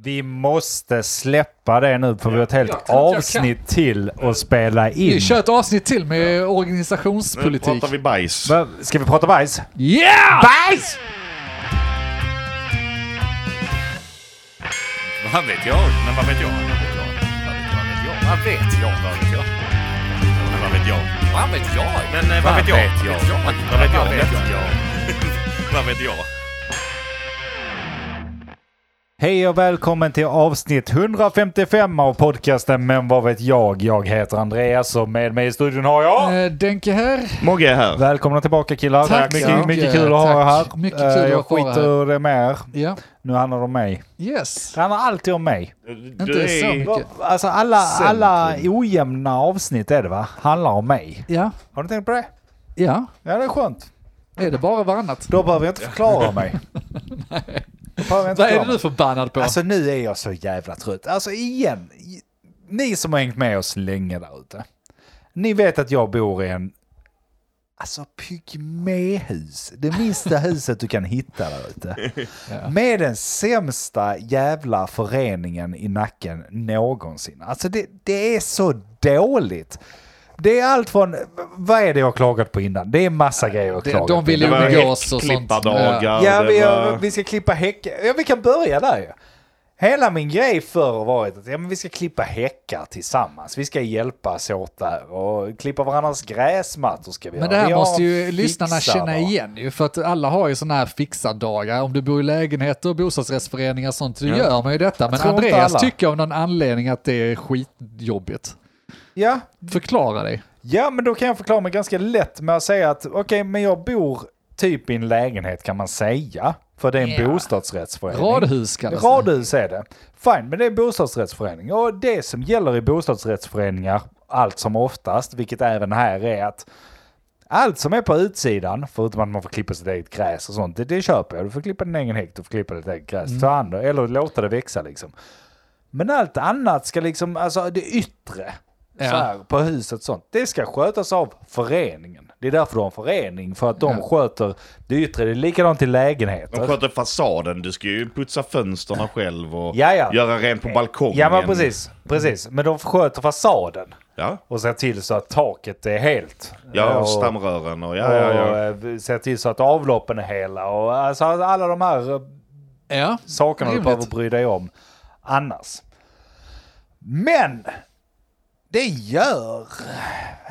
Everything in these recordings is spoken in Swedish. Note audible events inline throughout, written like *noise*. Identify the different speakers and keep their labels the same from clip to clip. Speaker 1: Vi måste släppa det nu för vi har ett helt
Speaker 2: jag tror inte jag
Speaker 1: avsnitt till att spela in.
Speaker 2: Vi kör ett avsnitt till med
Speaker 3: Nu
Speaker 2: organisationspolitik.
Speaker 3: Eh, pratar vi bajs.
Speaker 1: Va- Ska vi prata bajs?
Speaker 2: Yeah!
Speaker 1: Bajs!
Speaker 3: Vad vet jag? Men vad vet jag? Vad vet jag? Vad vet jag? Vad vet jag? Men vad vet jag? Vad vet jag? Men eh, vad vet jag? Vad vet jag? Vad vet jag? *laughs* Vad vet jag?
Speaker 1: Hej och välkommen till avsnitt 155 av podcasten Men vad vet jag? Jag heter Andreas och med mig i studion har jag...
Speaker 2: Eh, Denke här.
Speaker 3: Mogge är här.
Speaker 1: Välkomna tillbaka killar.
Speaker 2: Tack så
Speaker 1: mycket,
Speaker 2: mycket.
Speaker 1: mycket kul att ha er här.
Speaker 2: Tack. Mycket kul
Speaker 1: Eh, Jag
Speaker 2: att vara
Speaker 1: skiter i det med er.
Speaker 2: Ja.
Speaker 1: Nu handlar det om mig.
Speaker 2: Yes.
Speaker 1: Det handlar alltid om mig.
Speaker 2: Inte så
Speaker 1: Va-
Speaker 2: mycket.
Speaker 1: Alltså alla, alla ojämna avsnitt är det va? Handlar om mig.
Speaker 2: Ja.
Speaker 1: Har ni tänkt på det?
Speaker 2: Ja.
Speaker 1: Ja, det är skönt.
Speaker 2: Är det bara varannat?
Speaker 1: Då behöver jag inte förklara
Speaker 2: *laughs*
Speaker 1: mig. Då behöver jag inte
Speaker 2: Vad är
Speaker 1: förklara
Speaker 2: det
Speaker 1: mig.
Speaker 2: du förbannad på?
Speaker 1: Alltså nu är jag så jävla trött. Alltså igen, ni som har hängt med oss länge där ute. Ni vet att jag bor i en, alltså pygméhus. Det minsta huset du kan hitta där
Speaker 2: *laughs*
Speaker 1: ute. Med den sämsta jävla föreningen i nacken någonsin. Alltså det, det är så dåligt. Det är allt från, vad är det jag har klagat på innan? Det är massa grejer jag har
Speaker 2: de,
Speaker 1: klagat
Speaker 2: de
Speaker 1: på.
Speaker 2: vill ju
Speaker 3: Det var
Speaker 2: umgås och sånt.
Speaker 3: häckklippardagar.
Speaker 1: Ja,
Speaker 3: det
Speaker 1: vi,
Speaker 3: var-
Speaker 1: vi ska klippa häckar. Ja, vi kan börja där ju. Hela min grej förr har varit att ja, men vi ska klippa häckar tillsammans. Vi ska hjälpas åt där och klippa varandras gräsmattor ska vi
Speaker 2: Men
Speaker 1: göra.
Speaker 2: det här
Speaker 1: Vi har
Speaker 2: måste ju
Speaker 1: fixar
Speaker 2: lyssnarna känna
Speaker 1: dem.
Speaker 2: igen ju, för att alla har ju sådana här fixardagar. Om du bor i lägenheter och bostadsrättsföreningar och sånt, då gör man ju detta. Men
Speaker 1: tror inte alla.
Speaker 2: Andreas tycker av någon anledning att det är skitjobbigt.
Speaker 1: Ja,
Speaker 2: Förklara dig.
Speaker 1: ja, men då kan jag förklara mig ganska lätt med att säga att okej, men jag bor typ i en lägenhet kan man säga. För det är en
Speaker 2: Ja.
Speaker 1: bostadsrättsförening.
Speaker 2: Radhus kallas det.
Speaker 1: Radhus är det. Fine, men det är bostadsrättsförening. Och det som gäller i bostadsrättsföreningar, allt som oftast, vilket även här är att allt som är på utsidan, förutom att man får klippa sitt eget gräs och sånt, det, det köper jag. Du får klippa din egen häck, du får klippa ditt eget gräs. Ta hand om- eller låta det växa liksom. Men allt annat ska liksom, alltså det yttre,
Speaker 2: Ja.
Speaker 1: så här, på huset och sånt, det ska skötas av föreningen. Det är därför du har en förening, för att de
Speaker 2: Ja.
Speaker 1: sköter det yttre. Det är likadant i lägenheter.
Speaker 3: De sköter fasaden. Du ska ju putsa fönsterna själv och
Speaker 1: Ja, ja.
Speaker 3: göra rent på balkongen.
Speaker 1: Ja, men precis. Precis. Men de sköter fasaden
Speaker 3: Ja,
Speaker 1: och ser till så att taket är helt.
Speaker 3: ja och
Speaker 1: och,
Speaker 3: stamrören och ja, ja, ja.
Speaker 1: och, eh, ser till så att avloppen är hela och alltså alla de här eh,
Speaker 2: Ja.
Speaker 1: sakerna du
Speaker 2: Rimligt.
Speaker 1: behöver bry dig om annars. Men det gör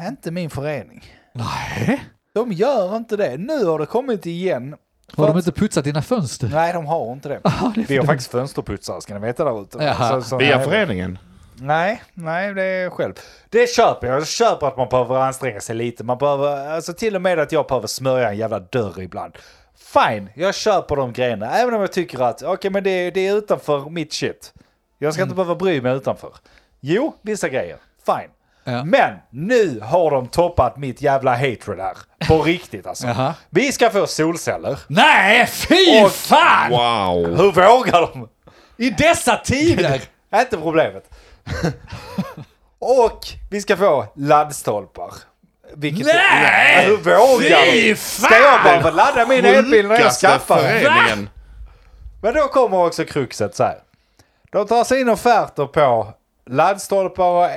Speaker 1: inte min förening.
Speaker 2: Nej.
Speaker 1: De gör inte det. Nu har det kommit igen.
Speaker 2: Har
Speaker 1: För
Speaker 2: de
Speaker 1: att-
Speaker 2: inte putsat dina fönster?
Speaker 1: Nej, de har inte det.
Speaker 2: det är
Speaker 1: Vi har faktiskt fönsterputsare ska ni veta där ute.
Speaker 2: Jaha.
Speaker 3: Via
Speaker 1: nej.
Speaker 3: föreningen.
Speaker 1: Nej, nej, det är själv. Det köper jag. Jag köper att man behöver anstränga sig lite. Man behöver, alltså till och med att jag behöver smörja en jävla dörr ibland. Fine, jag köper de grejerna. Även om jag tycker att, okej men det, är- det är utanför mitt shit. Jag ska
Speaker 2: Mm.
Speaker 1: inte behöva bry mig utanför. Jo, vissa grejer. Fine.
Speaker 2: Ja.
Speaker 1: Men nu har de toppat mitt jävla hatred här.
Speaker 2: *laughs*
Speaker 1: På riktigt alltså.
Speaker 2: Jaha.
Speaker 1: Vi ska få solceller.
Speaker 2: Nej, fy
Speaker 1: Och-
Speaker 2: fan!
Speaker 3: Wow!
Speaker 1: Hur vågar de?
Speaker 2: I dessa tider!
Speaker 1: är inte problemet. Och vi ska få laddstolpar. Vilket
Speaker 2: Nej!
Speaker 1: Hur vågar
Speaker 2: Fy
Speaker 1: du?
Speaker 2: fan!
Speaker 1: Ska jag bara få ladda min elbil när jag
Speaker 3: Sjukaste
Speaker 1: skaffar den?
Speaker 3: föreningen.
Speaker 1: Men då kommer också kruxet så här. De tar sig in offerter på laddstolpar och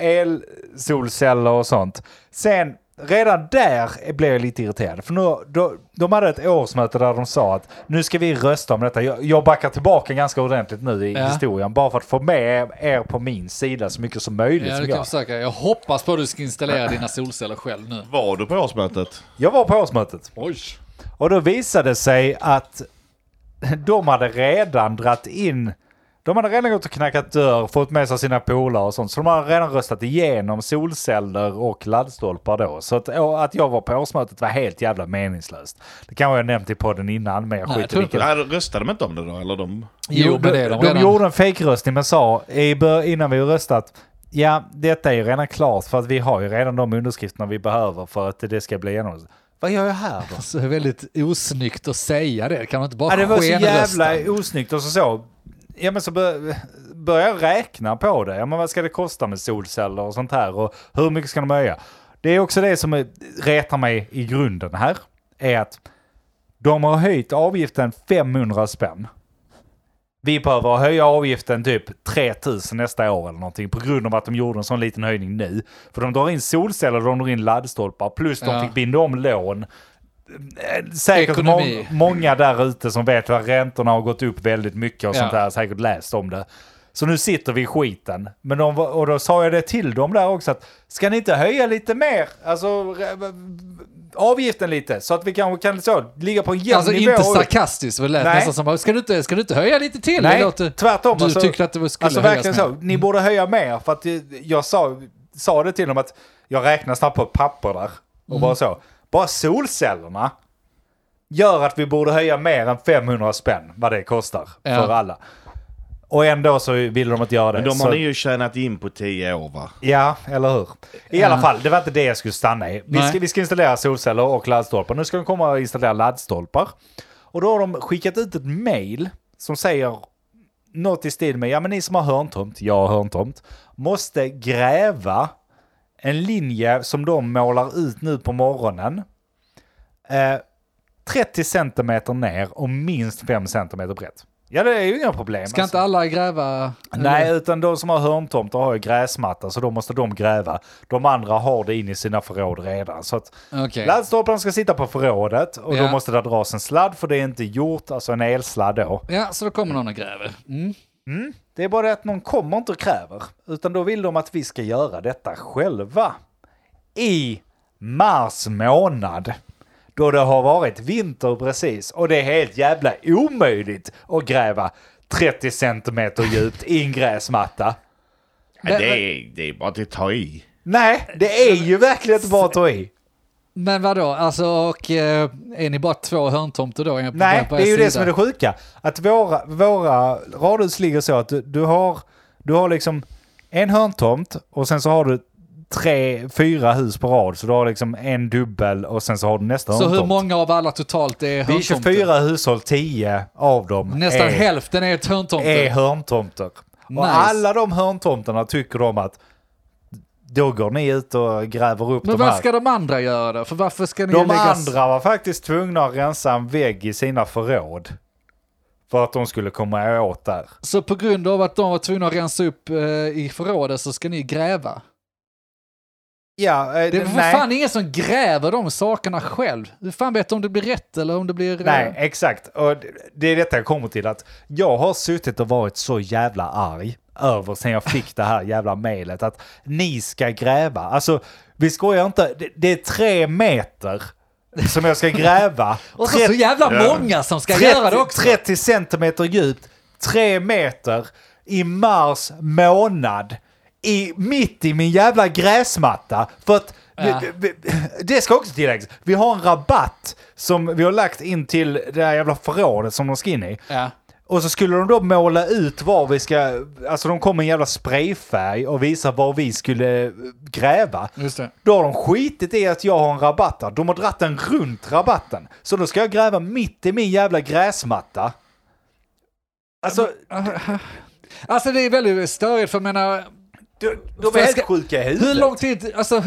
Speaker 1: elsolceller och sånt. Sen redan där blev jag lite irriterad. För nu, då, de hade ett årsmöte där de sa att nu ska vi rösta om detta. Jag, jag backar tillbaka ganska ordentligt nu i
Speaker 2: Ja.
Speaker 1: historien bara för att få med er på min sida så mycket som möjligt.
Speaker 2: Ja,
Speaker 1: som
Speaker 2: du kan
Speaker 1: jag.
Speaker 2: försöka. Jag hoppas på att du ska installera dina solceller själv nu.
Speaker 3: Var du på årsmötet?
Speaker 1: jag var på årsmötet
Speaker 2: Oj.
Speaker 1: och då visade det sig att de hade redan dratt in de hade redan gått och knackat dörr, fått med sig sina polare och sånt. Så de hade redan röstat igenom solceller och laddstolpar då. Så att, och att jag var på årsmötet var helt jävla meningslöst. Det kanske jag nämnt i podden innan, men jag
Speaker 2: Nej, jag
Speaker 1: skiter i
Speaker 2: tror
Speaker 1: vilket.
Speaker 3: Nej, röstade de inte om det då? Eller de...
Speaker 2: Jo, men det är de
Speaker 1: de
Speaker 2: redan.
Speaker 1: gjorde en fejkröstning men sa i bör- innan vi har röstat ja, detta är ju redan klart för att vi har ju redan de underskrifterna vi behöver för att det ska bli genomfört. Vad gör jag här då?
Speaker 2: Så Alltså, det är väldigt osnyggt att säga det. Kan man inte bara
Speaker 1: Ja, det var så
Speaker 2: skenrösta?
Speaker 1: jävla osnyggt och så så. Ja men så bör, börjar jag räkna på det. Ja men vad ska det kosta med solceller och sånt här och hur mycket ska de höja? Det är också det som eh, retar mig i grunden här. Är att de har höjt avgiften 500 spänn. vi behöver höja avgiften typ 3000 nästa år eller någonting på grund av att de gjorde en sån liten höjning nu. För de drar in solceller, de drar in laddstolpar, plus de
Speaker 2: Ja.
Speaker 1: fick binda om lån. Eh, Säkert
Speaker 2: Ekonomi.
Speaker 1: mång- många där ute som vet att räntorna har gått upp väldigt mycket och
Speaker 2: Ja.
Speaker 1: sånt där, säkert läst om det. Så nu sitter vi i skiten. Men de, var- och då sa jag det till dem där också att ska ni inte höja lite mer? Alltså re- avgiften lite så att vi kanske kan så, ligga på en jämn
Speaker 2: Alltså
Speaker 1: nivå.
Speaker 2: inte sarkastiskt, men det lät
Speaker 1: Nej.
Speaker 2: nästan som ska du inte, ska du inte höja lite till?
Speaker 1: Nej,
Speaker 2: Det låter-
Speaker 1: tvärtom.
Speaker 2: Du
Speaker 1: alltså,
Speaker 2: tyckte att det skulle
Speaker 1: Alltså
Speaker 2: höjas
Speaker 1: verkligen
Speaker 2: mer. Mm.
Speaker 1: så. Ni borde höja mer. För att eh, jag sa, sa det till dem att jag räknar snabbt på ett papper där. Och
Speaker 2: Mm.
Speaker 1: bara så. Bara solcellerna gör att vi borde höja mer än 500 spänn vad det kostar
Speaker 2: Ja.
Speaker 1: för alla. Och ändå så vill de inte göra det.
Speaker 4: Men de
Speaker 1: så,
Speaker 4: har ni ju tjänat in på tio år va?
Speaker 1: Ja, eller hur? I alla fall, det var inte det jag skulle stanna i. Vi
Speaker 2: Eh. Nej.
Speaker 1: ska, vi ska installera solceller och laddstolpar. Nu ska de komma och installera laddstolpar. Och då har de skickat ut ett mail som säger något i stil med, ja men ni som har hörntomt, jag har hörntomt, måste gräva en linje som de målar ut nu på morgonen. Eh, 30 centimeter ner och minst 5 centimeter brett. Ja, det är ju inga problem.
Speaker 2: Ska
Speaker 1: alltså.
Speaker 2: inte alla gräva?
Speaker 1: Nej, utan de som har hörntomter har ju gräsmatta, så då måste de gräva. De andra har det in i sina förråd redan. Så att
Speaker 2: Okej.
Speaker 1: laddstolparna ska sitta på förrådet och då
Speaker 2: Ja.
Speaker 1: måste det dras en sladd, för det är inte gjort, alltså en elsladd då.
Speaker 2: Ja, så då kommer någon och gräver. Mm.
Speaker 1: Det är bara det att någon kommer inte och kräver, utan då vill de att vi ska göra detta själva. I mars månad, då det har varit vinter precis, och det är helt jävla omöjligt att gräva 30 centimeter djupt i en gräsmatta.
Speaker 4: Ja, det, är, det är bara att ta i.
Speaker 1: Nej, det är ju verkligen inte bara att ta
Speaker 2: *laughs*
Speaker 1: i.
Speaker 2: Men vadå, alltså och eh, är ni bara två hörntomter då? en på-
Speaker 1: Nej,
Speaker 2: på
Speaker 1: det
Speaker 2: er
Speaker 1: är ju det
Speaker 2: sida?
Speaker 1: som är det sjuka. Att våra, våra radhus ligger så att du, du, har, du har liksom en hörntomt och sen så har du tre, fyra hus på rad. Så du har liksom en dubbel och sen så har du nästa
Speaker 2: Så
Speaker 1: hörntomt.
Speaker 2: hur många av alla totalt är
Speaker 1: Vi är Eh,
Speaker 2: hörntomter?
Speaker 1: 24 hushåll, 10 av dem
Speaker 2: Nästan
Speaker 1: är,
Speaker 2: hälften är ett hörntomter.
Speaker 1: är hörntomter.
Speaker 2: Nice.
Speaker 1: Och alla de hörntomterna tycker de att då går ni ut och gräver upp
Speaker 2: Men
Speaker 1: de här.
Speaker 2: vad ska de andra göra då? För varför ska ni
Speaker 1: De
Speaker 2: läggas...
Speaker 1: andra var faktiskt tvungna att rensa en vägg i sina förråd. För att de skulle komma åt där.
Speaker 2: Så på grund av att de var tvungna att rensa upp eh, i förrådet så ska ni gräva?
Speaker 1: Ja, eh,
Speaker 2: Det är för
Speaker 1: nej,
Speaker 2: fan ingen som gräver de sakerna själv. Hur fan vet du om det blir rätt eller om det blir... eh,
Speaker 1: nej, exakt. Och det- det är detta jag kommer till. att Jag har suttit och varit så jävla arg över sen jag fick det här jävla mejlet. Att ni ska gräva. Alltså, vi skojar inte. Det, det är tre meter som jag ska gräva.
Speaker 2: *laughs* Och så, så jävla många som ska göra det också.
Speaker 1: 30 centimeter djupt, 3 meter i mars månad. I, mitt i min jävla gräsmatta. För att,
Speaker 2: Ja.
Speaker 1: vi- vi- det ska också tilläggas, vi har en rabatt som vi har lagt in till det här jävla förrådet som de ska in i.
Speaker 2: Ja.
Speaker 1: Och så skulle de då måla ut var vi ska, alltså de kom med en jävla sprayfärg och visa var vi skulle eh, gräva.
Speaker 2: Just det.
Speaker 1: Då har de skitit i att jag har en rabatt där. De har dratt den runt rabatten. Så då ska jag gräva mitt i min jävla gräsmatta. Alltså,
Speaker 2: Alltså det är väldigt störigt för jag menar,
Speaker 1: de, de
Speaker 2: För
Speaker 1: är
Speaker 2: jag
Speaker 1: helt
Speaker 2: ska-
Speaker 1: sjuka i
Speaker 2: hur
Speaker 1: huvudet.
Speaker 2: lång tid, alltså *laughs*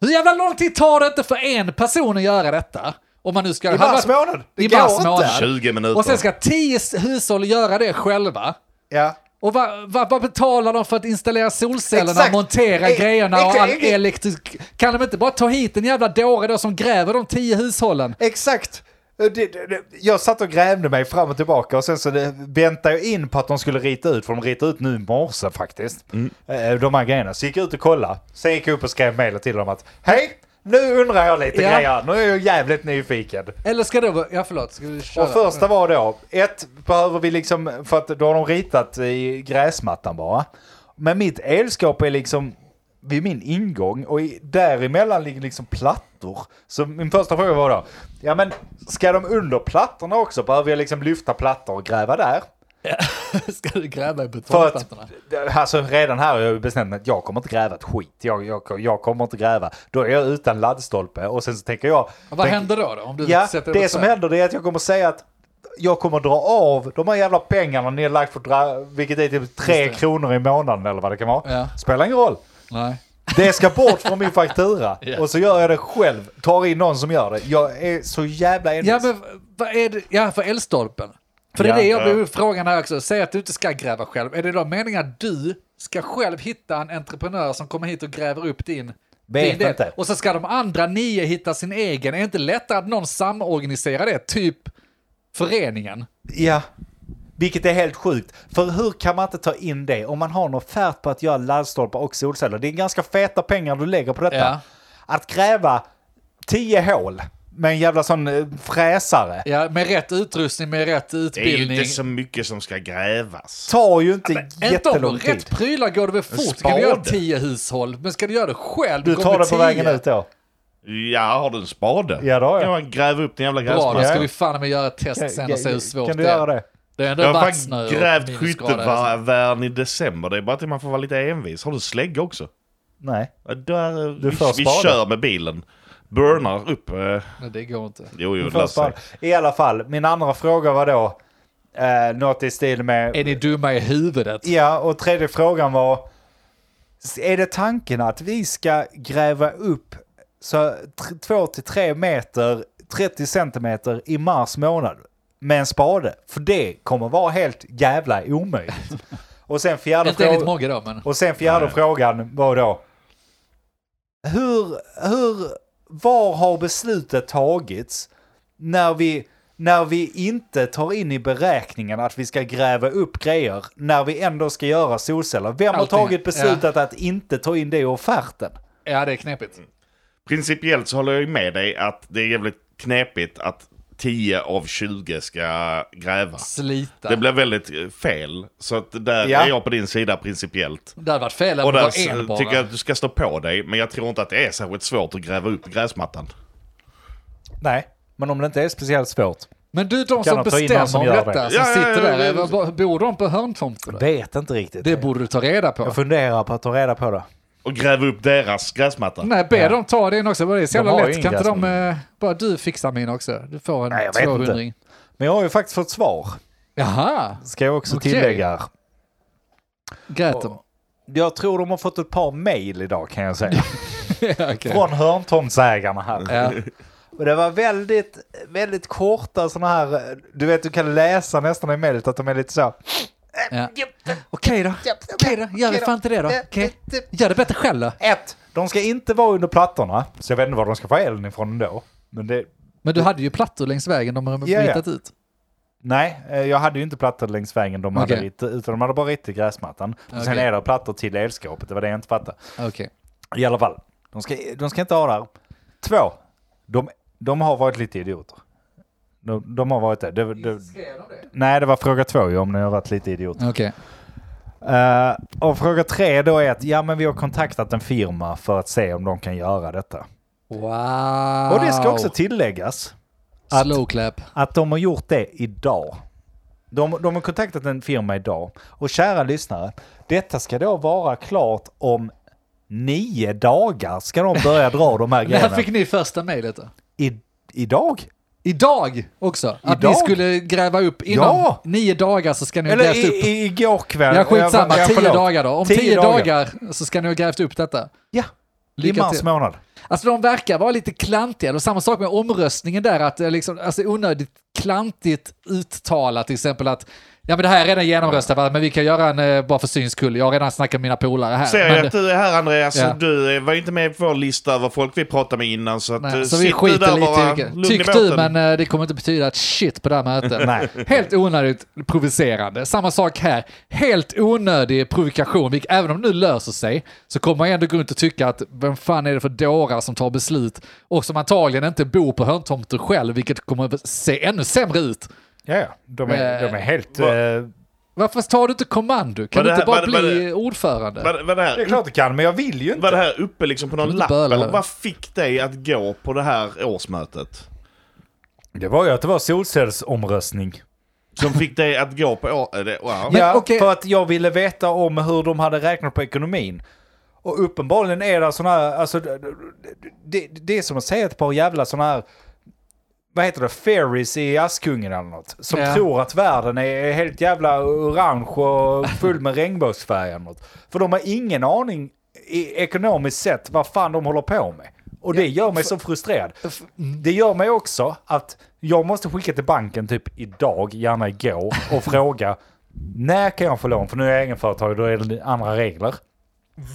Speaker 2: hur jävla lång tid tar det inte för en person att göra detta? Om man nu ska...
Speaker 1: I mars månad? Det
Speaker 2: I
Speaker 1: går
Speaker 2: mars
Speaker 1: inte.
Speaker 2: månad.
Speaker 4: 20 minuter.
Speaker 2: Och sen ska tio s- hushåll göra det själva.
Speaker 1: Ja.
Speaker 2: Och vad, vad, vad betalar de för att installera solcellerna,
Speaker 1: Exakt.
Speaker 2: montera
Speaker 1: E-
Speaker 2: grejerna och
Speaker 1: exakt.
Speaker 2: all elektrik... Kan de inte bara ta hit en jävla dåre då som gräver de tio hushållen?
Speaker 1: Exakt. Det, det, det. Jag satt och grävde mig fram och tillbaka och sen så det, väntade jag in på att de skulle rita ut, för de ritade ut nu i morse faktiskt.
Speaker 2: Mm.
Speaker 1: Eh, De här grejerna. Så gick jag ut och kollade. Sen gick jag upp och skrev mejlet till dem att hej, nu undrar jag lite
Speaker 2: Ja.
Speaker 1: grejer. Nu är jag jävligt nyfiken.
Speaker 2: Eller ska det vara... Ja, förlåt. Ska vi köra?
Speaker 1: Och första var då, ett behöver vi liksom, för att då har de ritat i gräsmattan bara. Men mitt elskåp är liksom vid min ingång och i, däremellan ligger liksom plattor. Så min första fråga var då, ja men ska de under plattorna också? Behöver jag liksom lyfta plattor och gräva där?
Speaker 2: *laughs* ska du gräva i
Speaker 1: För att,
Speaker 2: betongplattorna?
Speaker 1: alltså redan här har jag ju bestämt mig att jag kommer inte gräva ett skit. Jag, jag, jag kommer inte gräva. Då är jag utan laddstolpe och sen så tänker jag...
Speaker 2: Vad
Speaker 1: tänk-
Speaker 2: händer då? då om du
Speaker 1: Ja,
Speaker 2: sätter
Speaker 1: det
Speaker 2: på
Speaker 1: som
Speaker 2: tvär?
Speaker 1: händer det är att jag kommer säga att jag kommer dra av de här jävla pengarna ni har lagt för dra- vilket är typ tre
Speaker 2: Just det.
Speaker 1: kronor i månaden eller vad det kan vara.
Speaker 2: Ja.
Speaker 1: Spelar ingen roll.
Speaker 2: Nej.
Speaker 1: Det ska bort från min faktura.
Speaker 2: *laughs* Ja.
Speaker 1: Och så gör jag det själv. Tar in någon som gör det. Jag är så jävla envis.
Speaker 2: Ja, men vad är det? Ja, för elstolpen. För det är
Speaker 1: Ja.
Speaker 2: det jag vill fråga här också. Säg att du inte ska gräva själv. Är det då meningen att du ska själv hitta en entreprenör som kommer hit och gräver upp din
Speaker 1: Vet
Speaker 2: din del?
Speaker 1: inte.
Speaker 2: Och så ska de andra nio hitta sin egen. Är det inte lättare att någon samorganiserar det? Typ föreningen.
Speaker 1: Ja. Vilket är helt sjukt. För hur kan man inte ta in det om man har en offert på att göra laddstolpar och solceller? Det är ganska feta pengar du lägger på detta.
Speaker 2: Ja.
Speaker 1: Att gräva tio hål med en jävla sån eh, fräsare
Speaker 2: Ja, med rätt utrustning, med rätt
Speaker 4: Det är ju
Speaker 2: utbildning.
Speaker 4: inte så mycket som ska grävas.
Speaker 1: tar ju inte
Speaker 2: Inte om du har
Speaker 1: jättelång tid.
Speaker 2: rätt prylar går det väl fort. Ska du göra
Speaker 4: spade.
Speaker 2: tio hushåll? Men ska du göra det själv?
Speaker 1: Du
Speaker 2: kommer
Speaker 1: tar det på
Speaker 2: tio.
Speaker 1: vägen ut då?
Speaker 4: Ja, har du en spade?
Speaker 1: Ja, det har jag.
Speaker 4: Kan man gräva upp den jävla
Speaker 2: Bra, då
Speaker 4: gräsmattan?
Speaker 2: ska
Speaker 1: Ja.
Speaker 2: vi fan med göra ett test sen och se hur svårt
Speaker 1: kan du
Speaker 2: det är.
Speaker 1: göra det?
Speaker 2: Det är ändå
Speaker 4: Jag har
Speaker 2: vaxnö
Speaker 4: fan
Speaker 2: och
Speaker 4: grävt
Speaker 2: minusgrader. alltså.
Speaker 4: skyttevärn i december. Det är bara att man får vara lite envis. Har du slägga också?
Speaker 1: Nej.
Speaker 4: Ja, Där, eh,
Speaker 1: Du
Speaker 4: vi,
Speaker 1: får
Speaker 4: vi
Speaker 1: spade.
Speaker 4: kör med bilen. Burnar upp. Eh,
Speaker 2: Nej, det går inte.
Speaker 4: jo, jo, det
Speaker 1: Först
Speaker 4: löser sig.
Speaker 1: bara- I alla fall, min andra fråga var då eh, något i stil med...
Speaker 2: Är ni dumma i huvudet?
Speaker 1: Ja, och tredje frågan var, är det tanken att vi ska gräva upp så t- två till tre meter, 30 centimeter i mars månad med en spade? För det kommer vara helt jävla
Speaker 2: *laughs*
Speaker 1: omöjligt. och sen fjärde,
Speaker 2: Inte enligt
Speaker 1: frå-
Speaker 2: Mogge då, men...
Speaker 1: och sen fjärde
Speaker 4: Nej.
Speaker 1: frågan var då, hur, hur, var har beslutet tagits när vi, när vi inte tar in i beräkningen att vi ska gräva upp grejer när vi ändå ska göra solceller? Vem har
Speaker 2: Allting,
Speaker 1: tagit beslutet att inte ta in det i offerten?
Speaker 2: Ja, det är knepigt.
Speaker 1: Mm.
Speaker 4: Principiellt så håller jag ju med dig att det är jävligt knepigt att 10 av 20 ska gräva.
Speaker 2: Slita.
Speaker 4: Det blir väldigt eh, fel. Så att där
Speaker 1: Ja.
Speaker 4: är jag på din sida principiellt.
Speaker 2: Det hade varit fel om
Speaker 4: Och
Speaker 2: det
Speaker 4: där
Speaker 2: var
Speaker 4: s-
Speaker 2: en bara.
Speaker 4: tycker jag att du ska stå på dig, men jag tror inte att det är särskilt svårt att gräva upp gräsmattan.
Speaker 1: Nej, men om det inte är speciellt svårt.
Speaker 2: Men du, de
Speaker 1: Kan
Speaker 2: som
Speaker 1: de ta in någon
Speaker 2: bestämmer
Speaker 1: som
Speaker 2: om
Speaker 1: gör
Speaker 2: detta,
Speaker 1: det?
Speaker 2: som
Speaker 4: Ja, ja,
Speaker 2: sitter
Speaker 4: ja,
Speaker 2: där,
Speaker 4: ja.
Speaker 2: vad- bor de på hörntomter?
Speaker 1: Vet inte riktigt.
Speaker 2: Det borde du ta reda på.
Speaker 1: Jag funderar på att ta reda på det.
Speaker 4: Och gräva upp deras gräsmatta.
Speaker 2: Nej, be dem ta din också. Det är så
Speaker 1: De har
Speaker 2: jävla
Speaker 1: ju
Speaker 2: lätt.
Speaker 1: ingen
Speaker 2: Kan inte de... Eh, bara du fixar min också. Du får en
Speaker 1: Nej, jag vet inte.
Speaker 2: 200
Speaker 1: Men jag har ju faktiskt fått svar,
Speaker 2: Jaha,
Speaker 1: ska jag också
Speaker 2: Okej.
Speaker 1: tillägga. här. *laughs*
Speaker 2: grät de?
Speaker 1: Jag tror de har fått ett par mejl idag kan jag säga.
Speaker 2: Ja, okej.
Speaker 1: Från hörntomtsägarna här.
Speaker 2: Ja.
Speaker 1: Och det var väldigt, väldigt korta sådana här, du vet du kan läsa nästan i mejlet att de är lite så.
Speaker 2: Ja. Okej då. Okej då. Gör det fan inte det då. Okej. Gör det bättre själv då.
Speaker 1: Ett, de ska inte vara under plattorna, så jag vet inte var de ska få elden ifrån ändå. Men det,
Speaker 2: Men du hade ju plattor längs vägen de har
Speaker 1: Ja, ja.
Speaker 2: ritat ut.
Speaker 1: nej, eh, jag hade ju inte plattor längs vägen de hade
Speaker 2: Okej.
Speaker 1: ritt, utan de hade bara ritt i gräsmattan. Och sen
Speaker 2: Okej.
Speaker 1: är det plattor till elskåpet, det var det jag inte fattade.
Speaker 2: Okej.
Speaker 1: I alla fall, de ska, de ska inte ha det här. Två, de, de har varit lite idioter. De, de har varit det. Det, det. Nej, det var fråga två ju, om ni har varit lite idioter.
Speaker 2: Okej.
Speaker 1: Eh, och fråga tre då är att ja, men vi har kontaktat en firma för att se om de kan göra detta.
Speaker 2: Wow.
Speaker 1: Och det ska också tilläggas att-
Speaker 2: Slow clap.
Speaker 1: att de har gjort det idag. De, de har kontaktat en firma idag. Och kära lyssnare, detta ska då vara klart om nio dagar ska de börja dra de
Speaker 2: *laughs*
Speaker 1: här
Speaker 2: När
Speaker 1: grejerna.
Speaker 2: fick ni första mejlet då?
Speaker 1: I, idag?
Speaker 2: Idag också? Att
Speaker 1: Idag?
Speaker 2: ni skulle gräva upp inom
Speaker 1: Ja.
Speaker 2: nio dagar så ska ni ha
Speaker 1: Eller
Speaker 2: grävt
Speaker 1: i,
Speaker 2: upp.
Speaker 1: i, igår kväll.
Speaker 2: Ja, skitsamma.
Speaker 1: Ja,
Speaker 2: Tio
Speaker 1: förlåt.
Speaker 2: dagar då. Om tio, dagar. så ska ni ha grävt upp detta.
Speaker 1: Ja, i
Speaker 2: Lycka
Speaker 1: mars
Speaker 2: till.
Speaker 1: månad.
Speaker 2: Alltså de verkar vara lite klantiga. Och samma sak med omröstningen där, att det är liksom, alltså onödigt klantigt uttalat till exempel att ja men det här är redan genomröstat, va? men vi kan göra en eh, bara för syns skull. Jag har redan snackat med mina polare här.
Speaker 4: Ser jag
Speaker 2: men,
Speaker 4: att du är här Andreas,
Speaker 2: Ja.
Speaker 4: du eh, var inte med på vår lista över folk vi pratade med innan. Så, att,
Speaker 2: nej,
Speaker 4: eh,
Speaker 2: så
Speaker 4: sitt
Speaker 2: vi
Speaker 4: du
Speaker 2: skiter
Speaker 4: där
Speaker 2: lite i
Speaker 4: bara
Speaker 2: vilket.
Speaker 4: lugn i
Speaker 2: Tyck du,
Speaker 4: båten.
Speaker 2: men eh, det kommer inte betyda ett shit på det här
Speaker 4: *laughs*
Speaker 2: mötet.
Speaker 1: Nej.
Speaker 2: Helt onödigt provocerande. Samma sak här. Helt onödig provokation, vilket även om det nu löser sig, så kommer man ändå gå runt och tycka att vem fan är det för dårar som tar beslut och som antagligen inte bor på hörntomter själv, vilket kommer att se ännu sämre ut.
Speaker 1: Ja, ja. De är, de är helt...
Speaker 4: Vad-
Speaker 1: eh,
Speaker 2: Varför tar du inte kommando? Kan
Speaker 4: Var
Speaker 2: du
Speaker 4: det
Speaker 2: inte
Speaker 4: här-
Speaker 2: bara
Speaker 4: var det- var
Speaker 2: bli
Speaker 4: det-
Speaker 2: ordförande?
Speaker 4: Vad, vad det
Speaker 1: det är
Speaker 4: här
Speaker 1: klart du kan, men jag vill ju inte.
Speaker 4: Var det här uppe liksom på någon
Speaker 2: inte
Speaker 4: lapp?
Speaker 2: böla,
Speaker 4: Eller
Speaker 2: va?
Speaker 4: vad fick dig att gå på det här årsmötet?
Speaker 1: Det var ju att det var solcellsomröstning.
Speaker 4: Som fick dig att gå på å- eh, det- wow.
Speaker 2: Men
Speaker 1: ja,
Speaker 2: okej.
Speaker 1: för att jag ville veta om hur de hade räknat på ekonomin. Och uppenbarligen är det sådana här, alltså det, det, det är som att säga ett par jävla sådana här, vad heter det, fairies i Askungen eller något. Som
Speaker 2: Ja.
Speaker 1: tror att världen är helt jävla orange och full med regnbågsfärg eller något. För de har ingen aning i, ekonomiskt sett vad fan de håller på med. Och det gör mig så frustrerad. Det gör mig också att Jag måste skicka till banken typ idag, gärna igår, och fråga när kan jag få lån? För nu är jag egenföretagare, då är det andra regler.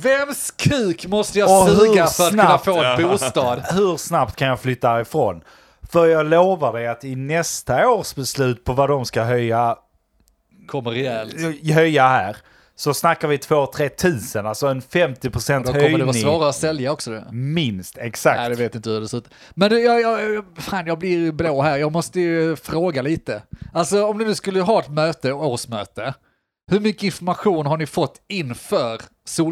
Speaker 2: Vems kuk måste jag
Speaker 1: Och hur
Speaker 2: suga för att kunna
Speaker 1: snabbt?
Speaker 2: få en bostad?
Speaker 1: Hur snabbt kan jag flytta härifrån? För jag lovar dig att i nästa års beslut på vad de ska höja,
Speaker 2: Kommer
Speaker 4: *laughs*
Speaker 2: rejält.
Speaker 1: höja här, så snackar vi 2-3 tusen, alltså en 50%
Speaker 2: Då kommer det vara
Speaker 1: höjning.
Speaker 2: svårare att sälja också. Det.
Speaker 1: Minst,
Speaker 2: Nej,
Speaker 1: exakt.
Speaker 2: det vet inte hur det ser ut. Men du, jag, jag, jag- fan, jag blir ju blå här. Jag måste ju fråga lite. Alltså om ni nu skulle ha ett möte, årsmöte, hur mycket information har ni fått inför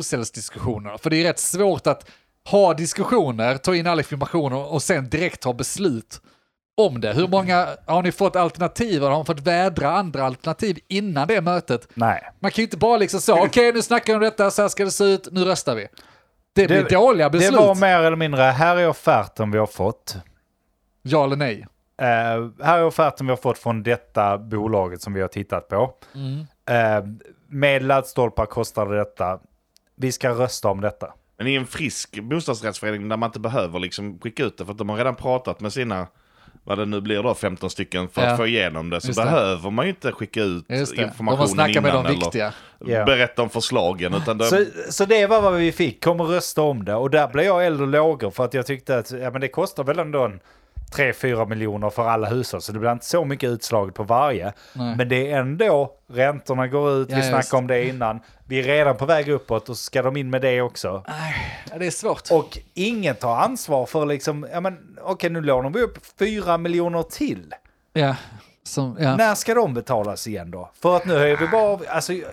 Speaker 2: solcellsdiskussionerna? För det är rätt svårt att ha diskussioner, ta in all information och, och sen direkt ta beslut om det. Hur många har ni fått alternativ? Har ni fått vädra andra alternativ innan det mötet?
Speaker 1: Nej.
Speaker 2: Man kan ju inte bara liksom säga, okej nu snackar vi om detta, så här ska det se ut, nu röstar vi. Det blir dåliga beslut.
Speaker 1: Det var mer eller mindre, här är offerten vi har fått.
Speaker 2: Ja eller nej?
Speaker 1: Eh, här är offerten vi har fått från detta bolaget som vi har tittat på. Mm. med laddstolpar kostar detta. Vi ska rösta om detta.
Speaker 4: Men i en frisk bostadsrättsförening där man inte behöver liksom skicka ut det för att de har redan pratat med sina, vad det nu blir då, 15 stycken för
Speaker 2: Ja.
Speaker 4: att få igenom det. Så
Speaker 2: Just det.
Speaker 4: behöver man ju inte skicka ut
Speaker 2: Just det. De har
Speaker 4: Alltså, informationen
Speaker 2: snackat med
Speaker 4: innan
Speaker 2: de viktiga.
Speaker 4: eller
Speaker 1: Ja.
Speaker 4: berätta om förslagen. Utan de,
Speaker 1: Så, så det var vad vi fick, kom och rösta om det. Och där blev jag eld och lågor för att jag tyckte att ja, men det kostar väl ändå en 3-4 miljoner för alla hushåll. Så det blir inte så mycket utslaget på varje.
Speaker 2: Nej.
Speaker 1: Men det är ändå, räntorna går ut,
Speaker 2: Ja,
Speaker 1: vi snackade
Speaker 2: just.
Speaker 1: om det innan. Vi är redan på väg uppåt och så ska de in med det också.
Speaker 2: Ja, det är svårt.
Speaker 1: Och ingen tar ansvar för liksom, ja men okej nu lånar vi upp fyra miljoner till.
Speaker 2: ja, som, ja.
Speaker 1: När ska de betalas igen då? För att nu höjer vi bara av, alltså jag,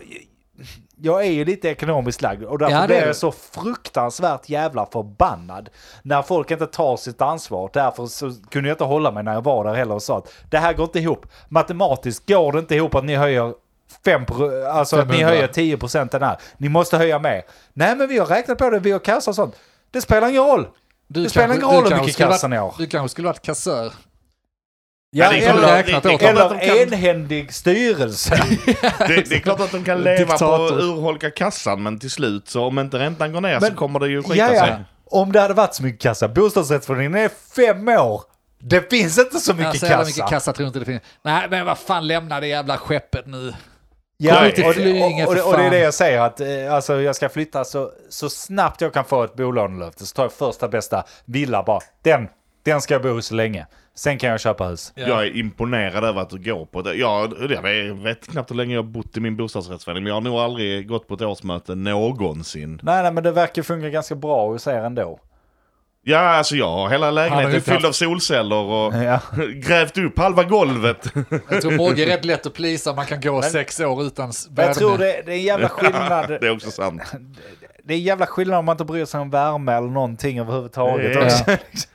Speaker 1: jag är ju lite ekonomiskt lagd och därför
Speaker 2: Ja, det är
Speaker 1: blir
Speaker 2: du.
Speaker 1: jag så fruktansvärt jävla förbannad när folk inte tar sitt ansvar. Därför så kunde jag inte hålla mig när jag var där heller och sa att det här går inte ihop. Matematiskt går det inte ihop att ni höjer fem pro- alltså att ni
Speaker 2: 500.
Speaker 1: höjer 10 den här. Ni måste höja mer. Nej men vi har räknat på det, vi har kassa och sånt. Det spelar ingen roll.
Speaker 2: Du
Speaker 1: det spelar
Speaker 2: kanske-
Speaker 1: ingen roll
Speaker 2: du
Speaker 1: hur
Speaker 2: kanske
Speaker 1: mycket
Speaker 2: skulle varit-
Speaker 1: kassan är.
Speaker 2: Du kanske skulle varit kassör.
Speaker 1: Ja,
Speaker 4: det är
Speaker 2: eller-
Speaker 4: klart- det-
Speaker 2: räknat
Speaker 4: det är
Speaker 2: åt
Speaker 4: klart
Speaker 2: dem.
Speaker 4: att
Speaker 1: Eller
Speaker 4: de kan-
Speaker 1: enhändig styrelse.
Speaker 4: Det, det är klart att de kan leva på
Speaker 2: Diktator.
Speaker 4: att urholka kassan, men till slut så om inte räntan går ner så
Speaker 1: Men-
Speaker 4: kommer det ju skita
Speaker 1: ja, ja.
Speaker 4: sig.
Speaker 1: Om det hade varit så mycket kassa. Bostadsrättsföreningen är fem år. Det finns inte så mycket
Speaker 2: Mycket
Speaker 1: kassa.
Speaker 2: kassa. mycket kassa tror jag inte det finns. Nej, men vad fan, lämna det jävla skeppet nu.
Speaker 1: Ja,
Speaker 4: Kom ut i
Speaker 1: och, det-
Speaker 2: Flyinge,
Speaker 1: och, och,
Speaker 2: för
Speaker 1: det- och det är
Speaker 2: fan.
Speaker 1: det jag säger, att eh, alltså, jag ska flytta så, så snabbt jag kan få ett bolånelöfte. Så tar jag första bästa villa bara. Den, den ska jag bo i så länge. Sen kan jag köpa hus.
Speaker 2: Ja.
Speaker 4: Jag är imponerad över att du går på det. Jag, jag vet knappt hur länge jag har bott i min bostadsrättsförening, men jag har nog aldrig gått på ett årsmöte någonsin.
Speaker 1: Nej, nej, men det verkar funka ganska bra hos er ändå.
Speaker 4: Ja, alltså jag har hela
Speaker 2: Han har ju
Speaker 4: lägenheten fylld
Speaker 2: haft-
Speaker 4: av solceller och
Speaker 1: *laughs* Ja.
Speaker 4: *laughs* grävt upp halva golvet.
Speaker 2: Jag tror Mogge är rätt lätt att plisa, man kan gå sex år utan s- värme.
Speaker 1: Jag tror det, det är en jävla
Speaker 4: *laughs*
Speaker 1: skillnad.
Speaker 4: det är också sant.
Speaker 1: Det är en jävla skillnad om man inte bryr sig om värme eller någonting överhuvudtaget.
Speaker 4: Ja.
Speaker 1: Också. *laughs* Liksom.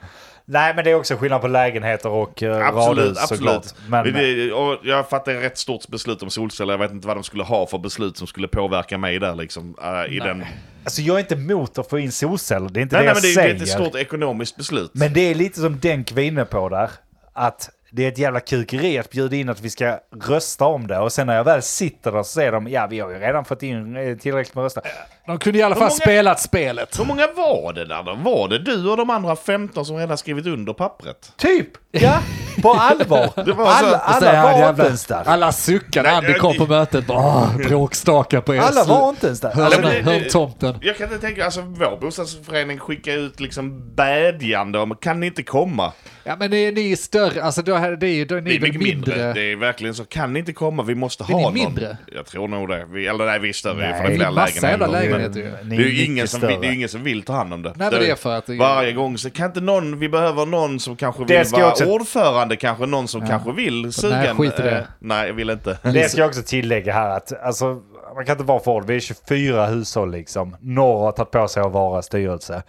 Speaker 1: Nej, men det är också skillnad på lägenheter och eh, radhus
Speaker 4: Absolut,
Speaker 1: såklart.
Speaker 4: absolut.
Speaker 1: Men,
Speaker 4: Men, det, och jag fattar ett rätt stort beslut om solceller. Jag vet inte vad de skulle ha för beslut som skulle påverka mig där liksom. eh, I den... Nej,
Speaker 1: alltså, jag är inte emot att få in solceller, det är inte
Speaker 4: nej,
Speaker 1: det
Speaker 4: men
Speaker 1: jag
Speaker 4: det, är- det
Speaker 1: säger.
Speaker 4: är ett stort ekonomiskt beslut.
Speaker 1: Men det är lite som Denk var inne på där. Att det är ett jävla kukeri att bjuda in att vi ska rösta om det. Och sen när jag väl sitter där så säger de ja, vi har ju redan fått in eh, tillräckligt med röster.
Speaker 2: De kunde i alla fall
Speaker 4: många-
Speaker 2: spelat spelet.
Speaker 4: Hur många var det där då? Var det du och de andra 15 som redan skrivit under pappret?
Speaker 1: Typ! Ja, på allvar.
Speaker 4: *laughs* Det var så-
Speaker 1: alla
Speaker 2: Så här,
Speaker 1: alla var
Speaker 2: jävla-
Speaker 1: inte ens där.
Speaker 2: alla suckade när Andy
Speaker 4: jag-
Speaker 2: kom på mötet. Bara, "Åh, bråkstakar på er.
Speaker 1: Alla
Speaker 2: slut."
Speaker 1: var inte ens där.
Speaker 2: Hör,
Speaker 1: Alltså,
Speaker 4: men det-
Speaker 2: hör tomten.
Speaker 4: Jag kan inte tänka, alltså vår bostadsförening skickar ut liksom bedjande om kan ni inte komma?
Speaker 2: Ja, men ni, ni är större, alltså då, här- det är ju, då är ni
Speaker 4: Det är
Speaker 2: väl
Speaker 4: mycket mindre.
Speaker 2: mindre.
Speaker 4: Det är verkligen så, kan ni inte komma, vi måste ha
Speaker 2: ni
Speaker 4: någon.
Speaker 2: mindre?
Speaker 4: Jag tror nog det. Vi, eller nej, vi är större
Speaker 1: Nej,
Speaker 4: för det är
Speaker 1: det
Speaker 4: fler
Speaker 1: är
Speaker 2: massa jävla
Speaker 4: lägenheter. men-
Speaker 2: lägenheter ju.
Speaker 1: Ni
Speaker 4: Det är ju
Speaker 1: mycket
Speaker 4: ingen som, vill, det är
Speaker 1: större.
Speaker 4: ju ingen som vill ta hand om det.
Speaker 2: Nej, men det är för att det-
Speaker 4: Varje gång så kan inte någon, vi behöver någon som kanske
Speaker 1: Det
Speaker 4: vill
Speaker 1: ska
Speaker 4: vara
Speaker 1: också-
Speaker 4: ordförande kanske, någon som kanske vill suga en-
Speaker 2: skit i det.
Speaker 4: eh, nej, jag vill inte.
Speaker 1: Det ska jag också tillägga här att alltså, man kan inte vara för hård. Vi är 24 hushåll liksom. Några har tagit på sig att vara styrelse.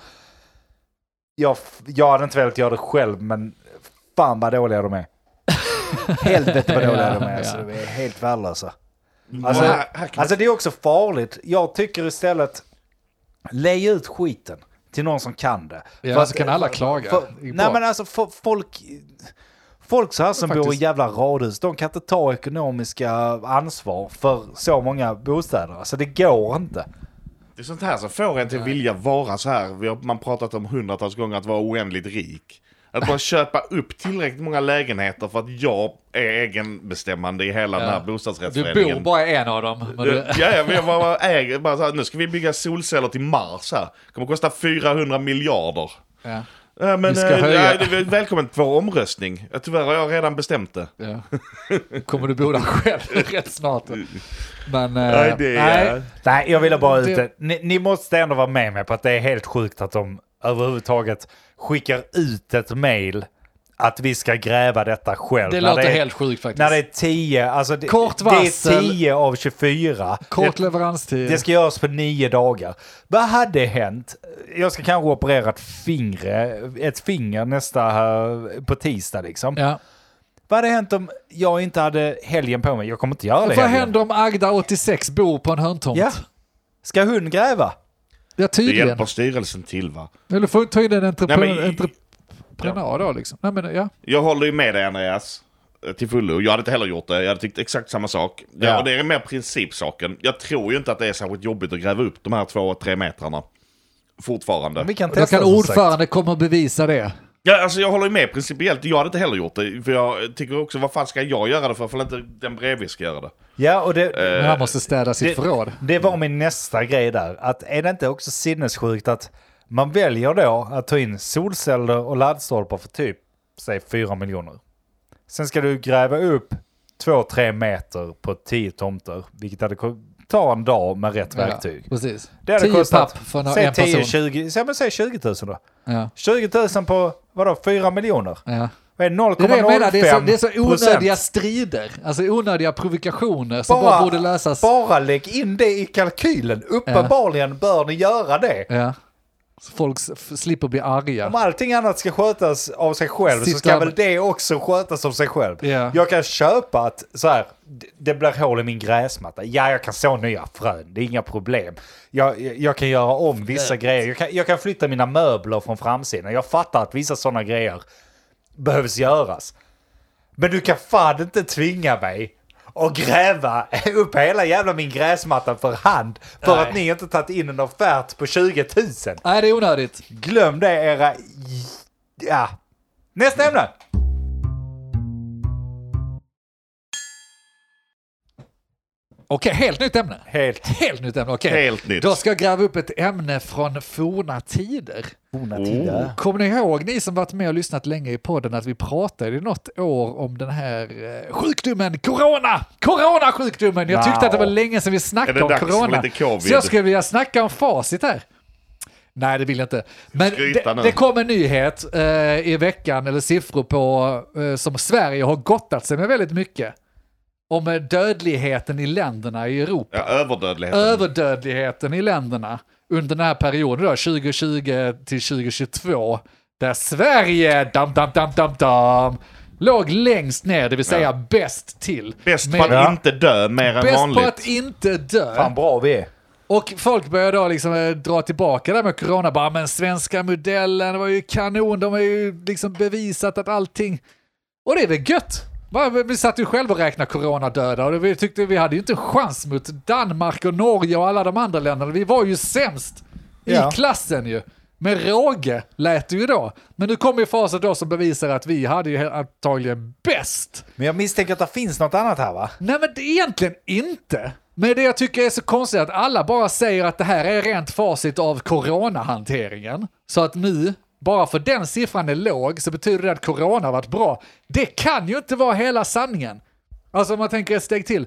Speaker 1: Jag, jag hade inte velat göra det själv, men fan vad dåliga de är. Helvete vad dåliga de är. Alltså, de är helt värdelösa. Alltså,
Speaker 4: Och här- här kan man-
Speaker 1: alltså det är också farligt. Jag tycker istället, lej ut skiten till någon som kan det.
Speaker 2: Ja,
Speaker 1: För eh,
Speaker 2: så kan alla klaga.
Speaker 1: För,
Speaker 2: Det är bra.
Speaker 1: nej men alltså fo- folk, folk så här som bor i
Speaker 2: faktiskt.
Speaker 1: jävla radhus, de kan inte ta ekonomiska ansvar för så många bostäder. Alltså det går inte.
Speaker 4: Det är sånt här som får en till vilja vara så här. Vi har, man pratat om hundratals gånger att vara oändligt rik. Att
Speaker 2: *laughs*
Speaker 4: bara köpa upp tillräckligt många lägenheter för att jag är egenbestämmande i hela den här
Speaker 2: Du
Speaker 4: bostadsrättsföreningen.
Speaker 2: bor bara i en av dem. Men du...
Speaker 4: Ja, ja, men jag bara äger, bara så här, nu ska vi bygga solceller till Mars här. Kommer kosta 400 miljarder.
Speaker 2: *laughs* Ja.
Speaker 4: Ja, men,
Speaker 2: Vi ska
Speaker 4: eh,
Speaker 2: höja.
Speaker 4: ja, det- välkommen till vår omröstning. Ja, Tyvärr har jag redan bestämt det.
Speaker 2: Ja. Kommer du bo där själv rätt snart? Men,
Speaker 4: Nej,
Speaker 2: nej,
Speaker 4: det är...
Speaker 2: nej,
Speaker 1: Nej, jag ville bara ut
Speaker 2: Det-
Speaker 1: det. Ni, ni måste ändå vara med mig på att det är helt sjukt att de överhuvudtaget skickar ut ett mejl att vi ska gräva detta själv.
Speaker 2: det
Speaker 1: När
Speaker 2: låter
Speaker 1: är-
Speaker 2: helt sjukt faktiskt.
Speaker 1: När det är 10, alltså det,
Speaker 2: Kort
Speaker 1: det är
Speaker 2: varsel.
Speaker 1: 10 av 24.
Speaker 2: Kort
Speaker 1: Det-
Speaker 2: leveranstid.
Speaker 1: Det ska göras på nio dagar. Vad hade hänt? Jag ska kanske operera ett, fingre, ett finger nästa, eh, på tisdag liksom.
Speaker 2: ja.
Speaker 1: Vad hade hänt om jag inte hade helgen på mig? Jag kommer inte göra det
Speaker 2: Vad
Speaker 1: helgen.
Speaker 2: händer om Agda, 86, bor på en hörntomt?
Speaker 1: Ja. Ska hon gräva?
Speaker 2: Ja,
Speaker 4: Det hjälper
Speaker 2: tydligen.
Speaker 4: styrelsen till va?
Speaker 2: Eller får ta in en entreprenör,
Speaker 4: Nej, men-
Speaker 2: entreprenör då liksom. Nej, men, ja.
Speaker 4: Jag håller ju med dig Andreas. eh, Till fullo. Jag hade inte heller gjort det. Jag hade tyckt exakt samma sak. Ja.
Speaker 1: Ja.
Speaker 4: och det är mer principsaken. Jag tror ju inte att det är särskilt jobbigt att gräva upp de här två, tre metrarna. Fortfarande.
Speaker 1: Vi kan
Speaker 2: Då
Speaker 1: testa
Speaker 2: kan
Speaker 1: som sagt.
Speaker 2: ordförande komma och bevisa det.
Speaker 4: Ja, alltså jag håller ju med principiellt. Jag hade inte heller gjort det. För jag tycker också, vad fan ska jag göra det för? För inte den bredvid ska göra det.
Speaker 1: Ja, och det,
Speaker 2: Men han måste städa
Speaker 1: Eh,
Speaker 2: sitt
Speaker 1: det-
Speaker 2: förråd.
Speaker 1: det var min nästa grej där. Att är det inte också sinnessjukt att man väljer då att ta in solceller och laddstolpar för typ, säg 4 miljoner. Sen ska du gräva upp 2-3 meter på 10 tomter, vilket hade ko- ta en dag med rätt verktyg.
Speaker 2: Ja, precis.
Speaker 1: Det hade
Speaker 2: 10
Speaker 1: kostat,
Speaker 2: papp för en,
Speaker 1: säg
Speaker 2: en person.
Speaker 1: 10, 20, säg, men säg 20 000 då.
Speaker 2: Ja,
Speaker 1: 20 000 på, vadå, 4 miljoner?
Speaker 2: ja.
Speaker 1: Vad är det,
Speaker 2: Det är det jag menar, det är så, det är så
Speaker 1: 0,05
Speaker 2: onödiga strider, alltså onödiga provokationer som bara, borde lösas.
Speaker 1: bara lägg in det i kalkylen. Uppenbarligen bör ni göra det.
Speaker 2: Ja. Så folk s- f- slipper bli arga.
Speaker 1: Om allting annat ska skötas av sig själv så
Speaker 2: Sitta
Speaker 1: ska
Speaker 2: med-
Speaker 1: väl det också skötas av sig själv.
Speaker 2: Ja.
Speaker 1: Jag kan köpa att så här, d- det blir hål i min gräsmatta. Ja, jag kan så nya frön, det är inga problem. Jag, jag- jag kan göra om vissa grejer. Jag kan, jag kan flytta mina möbler från framsidan. Jag fattar att vissa sådana grejer behövs göras. Men du kan fan inte tvinga mig att gräva *laughs* upp hela jävla min gräsmatta för hand för
Speaker 2: Nej.
Speaker 1: att ni inte tagit in en offert på 20 000.
Speaker 2: Nej, det är onödigt.
Speaker 1: Glöm det era... Ja. Nästa ämne!
Speaker 2: Okej, helt nytt ämne.
Speaker 1: Helt
Speaker 2: Helt nytt ämne, okej.
Speaker 4: Helt nytt.
Speaker 2: Då ska jag gräva upp ett ämne från forna tider.
Speaker 1: forna
Speaker 4: tider.
Speaker 2: Kommer ni ihåg, ni som varit med och lyssnat länge i podden, att vi pratade i något år om den här eh, sjukdomen corona? Corona-sjukdomen! Jag tyckte
Speaker 1: Wow.
Speaker 2: att det var länge sedan vi
Speaker 4: Är
Speaker 2: snackade
Speaker 4: det
Speaker 2: om
Speaker 4: dags för
Speaker 2: corona.
Speaker 4: lite covid?
Speaker 2: Så jag skulle vilja snacka om facit här. Nej, det vill jag inte. Men
Speaker 4: Skryta
Speaker 2: det,
Speaker 4: nu.
Speaker 2: det kom en nyhet eh, i veckan, eller siffror på, eh, som Sverige har gottat sig med väldigt mycket. Om eh, dödligheten i länderna i Europa
Speaker 4: Ja, överdödligheten.
Speaker 2: överdödligheten i länderna under den här perioden, då, 2020 till 2022, där Sverige dam, dam, dam, dam, dam, låg längst ner, det vill säga bäst till.
Speaker 4: Bäst på
Speaker 2: Med-
Speaker 4: att
Speaker 1: Ja.
Speaker 4: inte dö mer än
Speaker 2: bäst på
Speaker 4: vanligt.
Speaker 2: att inte dö.
Speaker 1: Fan bra vi är.
Speaker 2: Och folk börjar då liksom eh, dra tillbaka det här med corona. Bara, men svenska modellen det var ju kanon. De har ju liksom bevisat att allting... Och det är väl gött? Va, vi- Vi satt ju själva och räknade coronadöda och vi tyckte vi hade ju inte en chans mot Danmark och Norge och alla de andra länderna. Vi var ju sämst
Speaker 1: Ja.
Speaker 2: i klassen ju. Med råge lät det ju då. Men nu kommer ju facit då som bevisar att vi hade ju he- antagligen bäst.
Speaker 1: Men jag misstänker att det finns något annat här va?
Speaker 2: Nej men det är egentligen inte. Men det jag tycker är så konstigt är att alla bara säger att det här är rent facit av coronahanteringen. Så att nu, bara för den siffran är låg, så betyder det att corona har varit bra. Det kan ju inte vara hela sanningen. Alltså om man tänker ett steg till.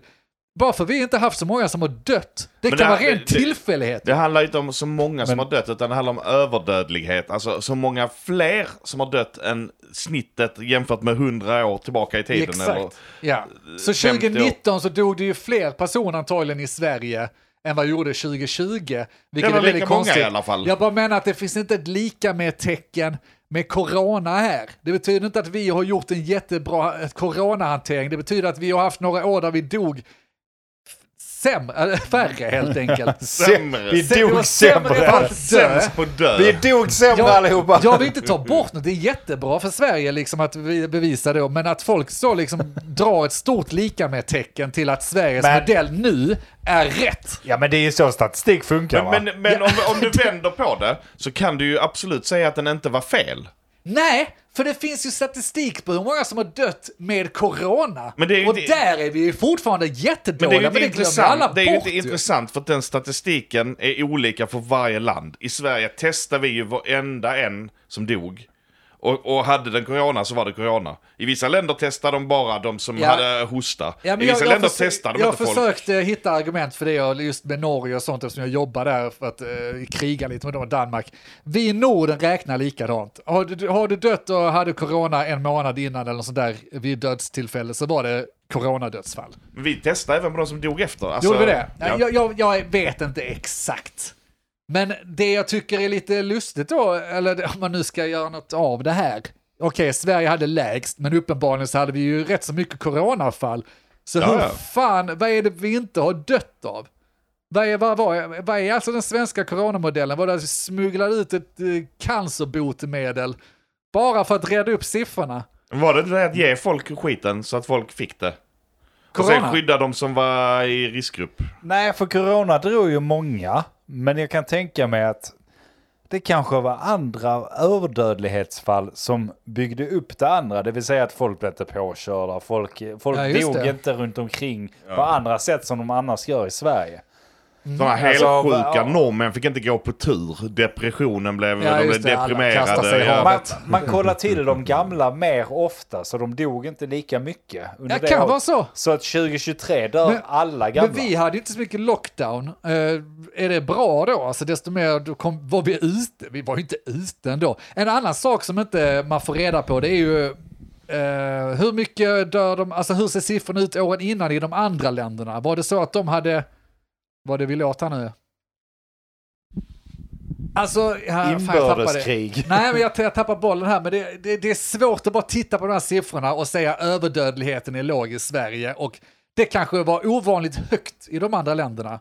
Speaker 2: Bara för vi inte haft så många som har dött. Det
Speaker 4: Men
Speaker 2: kan
Speaker 4: det-
Speaker 2: vara ren
Speaker 4: det-
Speaker 2: tillfällighet.
Speaker 4: Det handlar inte om så många som har dött, utan det handlar om överdödlighet. Alltså så många fler som har dött än snittet jämfört med 100 år tillbaka i tiden. Eller,
Speaker 2: Exakt. Ja. Så
Speaker 4: 50 år.
Speaker 2: 2019 så dog det ju fler personer antagligen i Sverige än vad gjorde 2020. Vilket
Speaker 4: Det var
Speaker 2: är väldigt
Speaker 4: lika många
Speaker 2: konstigt.
Speaker 4: i alla fall.
Speaker 2: Jag bara menar att det finns inte ett lika med tecken med corona här. Det betyder inte att vi har gjort en jättebra eh, coronahantering. Det betyder att vi har haft några år där vi dog f- sämre, eller färre helt
Speaker 4: *laughs*
Speaker 2: enkelt.
Speaker 4: Sämre.
Speaker 1: Vi
Speaker 2: Mm, Det var
Speaker 1: dog
Speaker 2: sämre
Speaker 1: sämre.
Speaker 2: att dö.
Speaker 4: Sämst Alltså, på dö.
Speaker 1: Vi dog sämre allihopa.
Speaker 2: Jag vill inte ta bort något, det är jättebra för Sverige liksom att vi bevisar det, men att folk så liksom drar ett stort lika med tecken till att Sveriges
Speaker 1: Men-
Speaker 2: modell nu är rätt.
Speaker 1: Ja men det är ju så statistik funkar
Speaker 4: Men,
Speaker 1: va?
Speaker 4: men, men om, om du vänder på det så kan du ju absolut säga att den inte var fel.
Speaker 2: Nej, för det finns ju statistik på hur många som har dött med corona.
Speaker 4: Men det är ju
Speaker 2: och
Speaker 4: inte-
Speaker 2: där är vi ju fortfarande
Speaker 4: Men det är
Speaker 2: jättedåliga,
Speaker 4: ju
Speaker 2: men
Speaker 4: inte
Speaker 2: det, glömmer alla
Speaker 4: intressant, det är ju
Speaker 2: bort
Speaker 4: inte intressant för att den statistiken är olika för varje land. I Sverige testar vi ju varenda en som dog. Och, och hade den corona så var det corona. I vissa länder testar de bara de som
Speaker 2: Ja.
Speaker 4: hade hosta.
Speaker 2: Ja, men
Speaker 4: I vissa länder
Speaker 2: försö-
Speaker 4: testar de
Speaker 2: jag
Speaker 4: inte folk.
Speaker 2: försökte hitta argument för det jag, just med Norge och sånt eftersom jag jobbar där för att eh, kriga lite med dem och Danmark. Vi i Norden räknar likadant. Har du, har du dött och hade corona en månad innan eller något sånt där vid dödstillfälle så var det coronadödsfall.
Speaker 4: Men vi testar även på de som dog efter. Alltså,
Speaker 2: Gjorde vi det?
Speaker 4: Ja.
Speaker 2: Jag, jag, jag vet inte exakt. Men det jag tycker är lite lustigt då, eller det- om man nu ska göra något av det här. Okej, Sverige hade lägst, men uppenbarligen så hade vi ju rätt så mycket coronafall. Så
Speaker 4: Ja,
Speaker 2: hur
Speaker 4: ja.
Speaker 2: fan, vad är det vi inte har dött av? Vad är, vad, vad, vad är alltså den svenska coronamodellen? Var det att vi smugglade ut ett eh, cancerbotemedel bara för att rädda upp siffrorna?
Speaker 4: Var det det där att ge folk skiten så att folk fick det? Och sen
Speaker 2: Corona?
Speaker 4: skydda de som var i riskgrupp.
Speaker 1: Nej, för corona drog ju många. Men jag kan tänka mig att det kanske var andra överdödlighetsfall som byggde upp det andra. Det vill säga att folk blev inte påkörda, folk, folk
Speaker 2: Ja, just
Speaker 1: dog
Speaker 2: det.
Speaker 1: inte runt omkring på andra sätt som de annars gör i Sverige.
Speaker 4: Sådana
Speaker 2: Alltså,
Speaker 4: helsjuka
Speaker 1: ja.
Speaker 4: norrmän fick inte gå på tur. Depressionen blev...
Speaker 2: Ja,
Speaker 4: de blev
Speaker 2: just det. Alla kastar sig
Speaker 4: deprimerade.
Speaker 2: i
Speaker 4: Ja.
Speaker 2: havet.
Speaker 1: Man, man kollar till de gamla mer ofta, så de dog inte lika mycket. Under
Speaker 2: Det kan
Speaker 1: året.
Speaker 2: vara så.
Speaker 1: Så att 2023 dör
Speaker 2: Men-
Speaker 1: alla gamla.
Speaker 2: Men vi hade ju inte så mycket lockdown. Eh, är det bra då? Alltså desto mer då kom, var vi ute. Vi var ju inte ute ändå. En annan sak som inte man får reda på det är ju eh, hur mycket dör de, alltså hur ser siffrorna ut åren innan i de andra länderna? Var det så att de hade, vad det vi låter nu? Alltså, här, fan, jag tappade det.
Speaker 1: Inbördeskrig.
Speaker 2: Nej, men jag, jag tappar bollen här. Men det, det, det är svårt att bara titta på de här siffrorna och säga överdödligheten är låg i Sverige. Och det kanske var ovanligt högt i de andra länderna.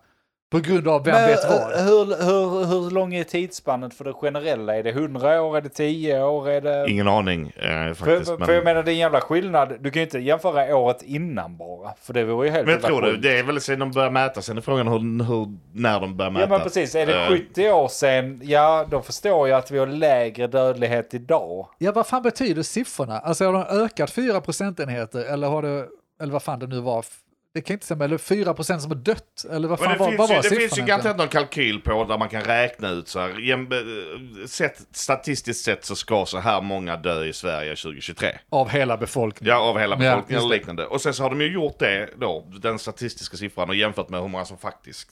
Speaker 2: På grund av vem
Speaker 1: Men,
Speaker 2: vet
Speaker 1: eh,
Speaker 2: vad.
Speaker 1: hur, hur, hur lång är tidsspannet för det generella? Är det 100 år? Är det 10 år? Är det...
Speaker 4: Ingen aning eh,
Speaker 1: För,
Speaker 4: faktiskt.
Speaker 1: för,
Speaker 4: men...
Speaker 1: för jag menar det är en jävla skillnad. Du kan ju inte jämföra året innan bara. För det vore ju helt
Speaker 4: Men jag
Speaker 1: jävla
Speaker 4: tror det.
Speaker 1: sjukt.
Speaker 4: Det är väl sen de börjar mäta. Sen är frågan hur, hur, när de börjar mäta.
Speaker 1: Ja men precis, är det
Speaker 4: Eh,
Speaker 1: 70 år sedan, ja då förstår jag att vi har lägre dödlighet idag.
Speaker 2: Ja, vad fan betyder siffrorna? Alltså har de ökat 4 procentenheter eller har det, eller vad fan det nu var. Det kan inte stämma, eller 4 procent som har dött, eller vad
Speaker 4: Men
Speaker 2: fan
Speaker 4: det
Speaker 2: var,
Speaker 4: finns,
Speaker 2: vad
Speaker 4: ju,
Speaker 2: var
Speaker 4: det finns ju
Speaker 2: siffrorna? egentligen?
Speaker 4: garanterat någon kalkyl på där man kan räkna ut så här. jäm- eh, Sett, statistiskt sett så ska så här många dö i Sverige 2023.
Speaker 2: Av hela befolkningen.
Speaker 4: Ja, av hela
Speaker 2: Ja,
Speaker 4: befolkningen
Speaker 2: just
Speaker 4: eller
Speaker 2: det.
Speaker 4: liknande. Och sen så har de ju gjort det då, den statistiska siffran och jämfört med hur många som faktiskt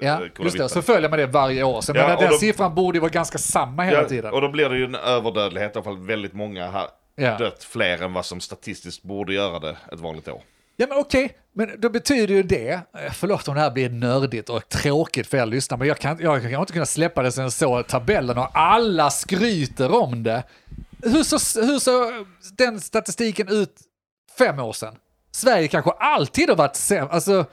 Speaker 4: eh,
Speaker 2: Ja,
Speaker 4: kollar
Speaker 2: just det.
Speaker 4: vippen.
Speaker 2: Så följer man det varje år. Så jag
Speaker 4: Ja,
Speaker 2: menar,
Speaker 4: och
Speaker 2: den
Speaker 4: de-
Speaker 2: siffran borde ju vara ganska samma hela
Speaker 4: Ja,
Speaker 2: tiden.
Speaker 4: Och då blir det ju en överdödlighet, i alla fall väldigt många har
Speaker 2: Ja.
Speaker 4: dött fler än vad som statistiskt borde göra det ett vanligt år.
Speaker 2: Ja men okej, men då betyder ju det, eh, förlåt om det här blir nördigt och tråkigt för er lyssnare, men jag kan, jag kan inte kunna släppa det sen jag såg tabellen och alla skryter om det. Hur såg hur så den statistiken ut fem år sedan? Sverige kanske alltid har varit sämst, alltså,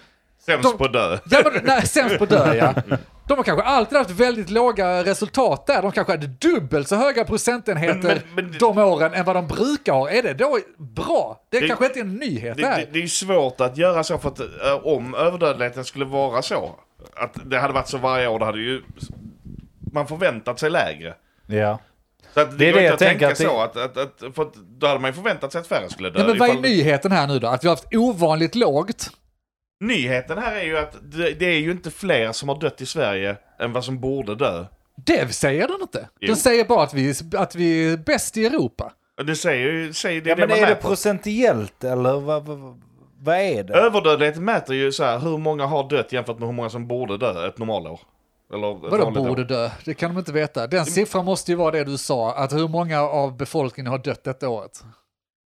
Speaker 4: Sämst
Speaker 2: De-
Speaker 4: på att dö.
Speaker 2: ja, men, nej, sämst på död ja. De har kanske alltid haft väldigt låga resultat där, de kanske hade dubbelt så höga procentenheter
Speaker 4: Men- men- men-
Speaker 2: de åren än vad de brukar ha. Är det då bra? Det,
Speaker 4: Det-
Speaker 2: kanske inte är en nyhet
Speaker 4: Det,
Speaker 2: där.
Speaker 4: det, det är ju svårt att göra så för att eh, om överdödligheten skulle vara så, att det hade varit så varje år, då hade ju man förväntat sig lägre.
Speaker 1: Ja.
Speaker 4: Så att det,
Speaker 1: Det är
Speaker 4: går
Speaker 1: det
Speaker 4: inte
Speaker 1: jag
Speaker 4: att tänka
Speaker 1: tänker
Speaker 4: så, att, att, att, för att då hade man ju förväntat sig att färre skulle dö.
Speaker 2: Ja, men vad är
Speaker 4: Eh, ifall-
Speaker 2: nyheten här nu då? Att vi har haft ovanligt lågt?
Speaker 4: Nyheten här är ju att det, det är ju inte fler som har dött i Sverige än vad som borde dö.
Speaker 2: Det säger den inte.
Speaker 4: Jo.
Speaker 2: Den säger bara att vi, att vi är bäst i Europa.
Speaker 4: Och Det säger ju, säger det,
Speaker 1: ja
Speaker 4: det
Speaker 1: men
Speaker 4: man
Speaker 1: är det
Speaker 4: mäter.
Speaker 1: procentuellt eller vad, vad, vad är det?
Speaker 4: Överdödlighet mäter ju så här, hur många har dött jämfört med hur många som borde dö ett normalår. Eller ett
Speaker 2: Vadå
Speaker 4: vanligt år.
Speaker 2: borde dö? Det kan de inte veta. Den siffran måste ju vara det du sa, att hur många av befolkningen har dött detta året.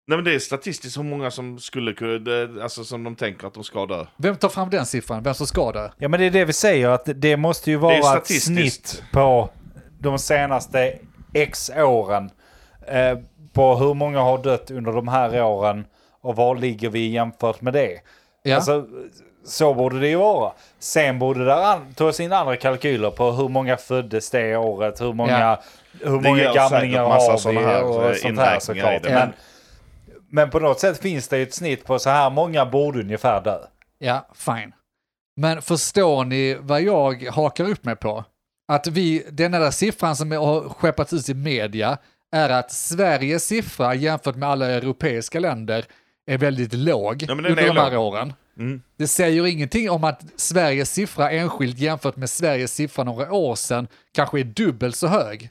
Speaker 4: Nej men det är statistiskt hur många som skulle kunna, det- alltså som de tänker att de ska dö.
Speaker 2: Vem tar fram den siffran? Vem som ska dö?
Speaker 1: Ja men det är det vi säger, att det måste ju
Speaker 4: Det är
Speaker 1: vara ett
Speaker 4: statistiskt.
Speaker 1: snitt på de senaste x åren. Eh, på hur många har dött under de här åren och var ligger vi jämfört med det?
Speaker 2: Ja.
Speaker 1: Alltså, så borde det ju vara. Sen borde det an- tas in andra kalkyler på hur många föddes det året, hur många,
Speaker 2: Ja.
Speaker 1: hur
Speaker 4: Det
Speaker 1: många
Speaker 4: görs
Speaker 1: gamlingar
Speaker 4: säkert massa
Speaker 1: har vi
Speaker 4: sådana här, eh,
Speaker 1: och sånt här
Speaker 4: inräkningar i
Speaker 1: såklart.
Speaker 4: det.
Speaker 1: Men, men på något sätt finns det ju ett snitt på så här många borde ungefär dö.
Speaker 2: Ja, fine. Men förstår ni vad jag hakar upp mig på? Att vi, den där siffran som har skeppats ut i media är att Sveriges siffra jämfört med alla europeiska länder är väldigt låg
Speaker 4: Ja, men den
Speaker 2: under
Speaker 4: är
Speaker 2: de här
Speaker 4: låg. Mm.
Speaker 2: åren. Det säger ingenting om att Sveriges siffra enskilt jämfört med Sveriges siffra några år sedan kanske är dubbelt så hög.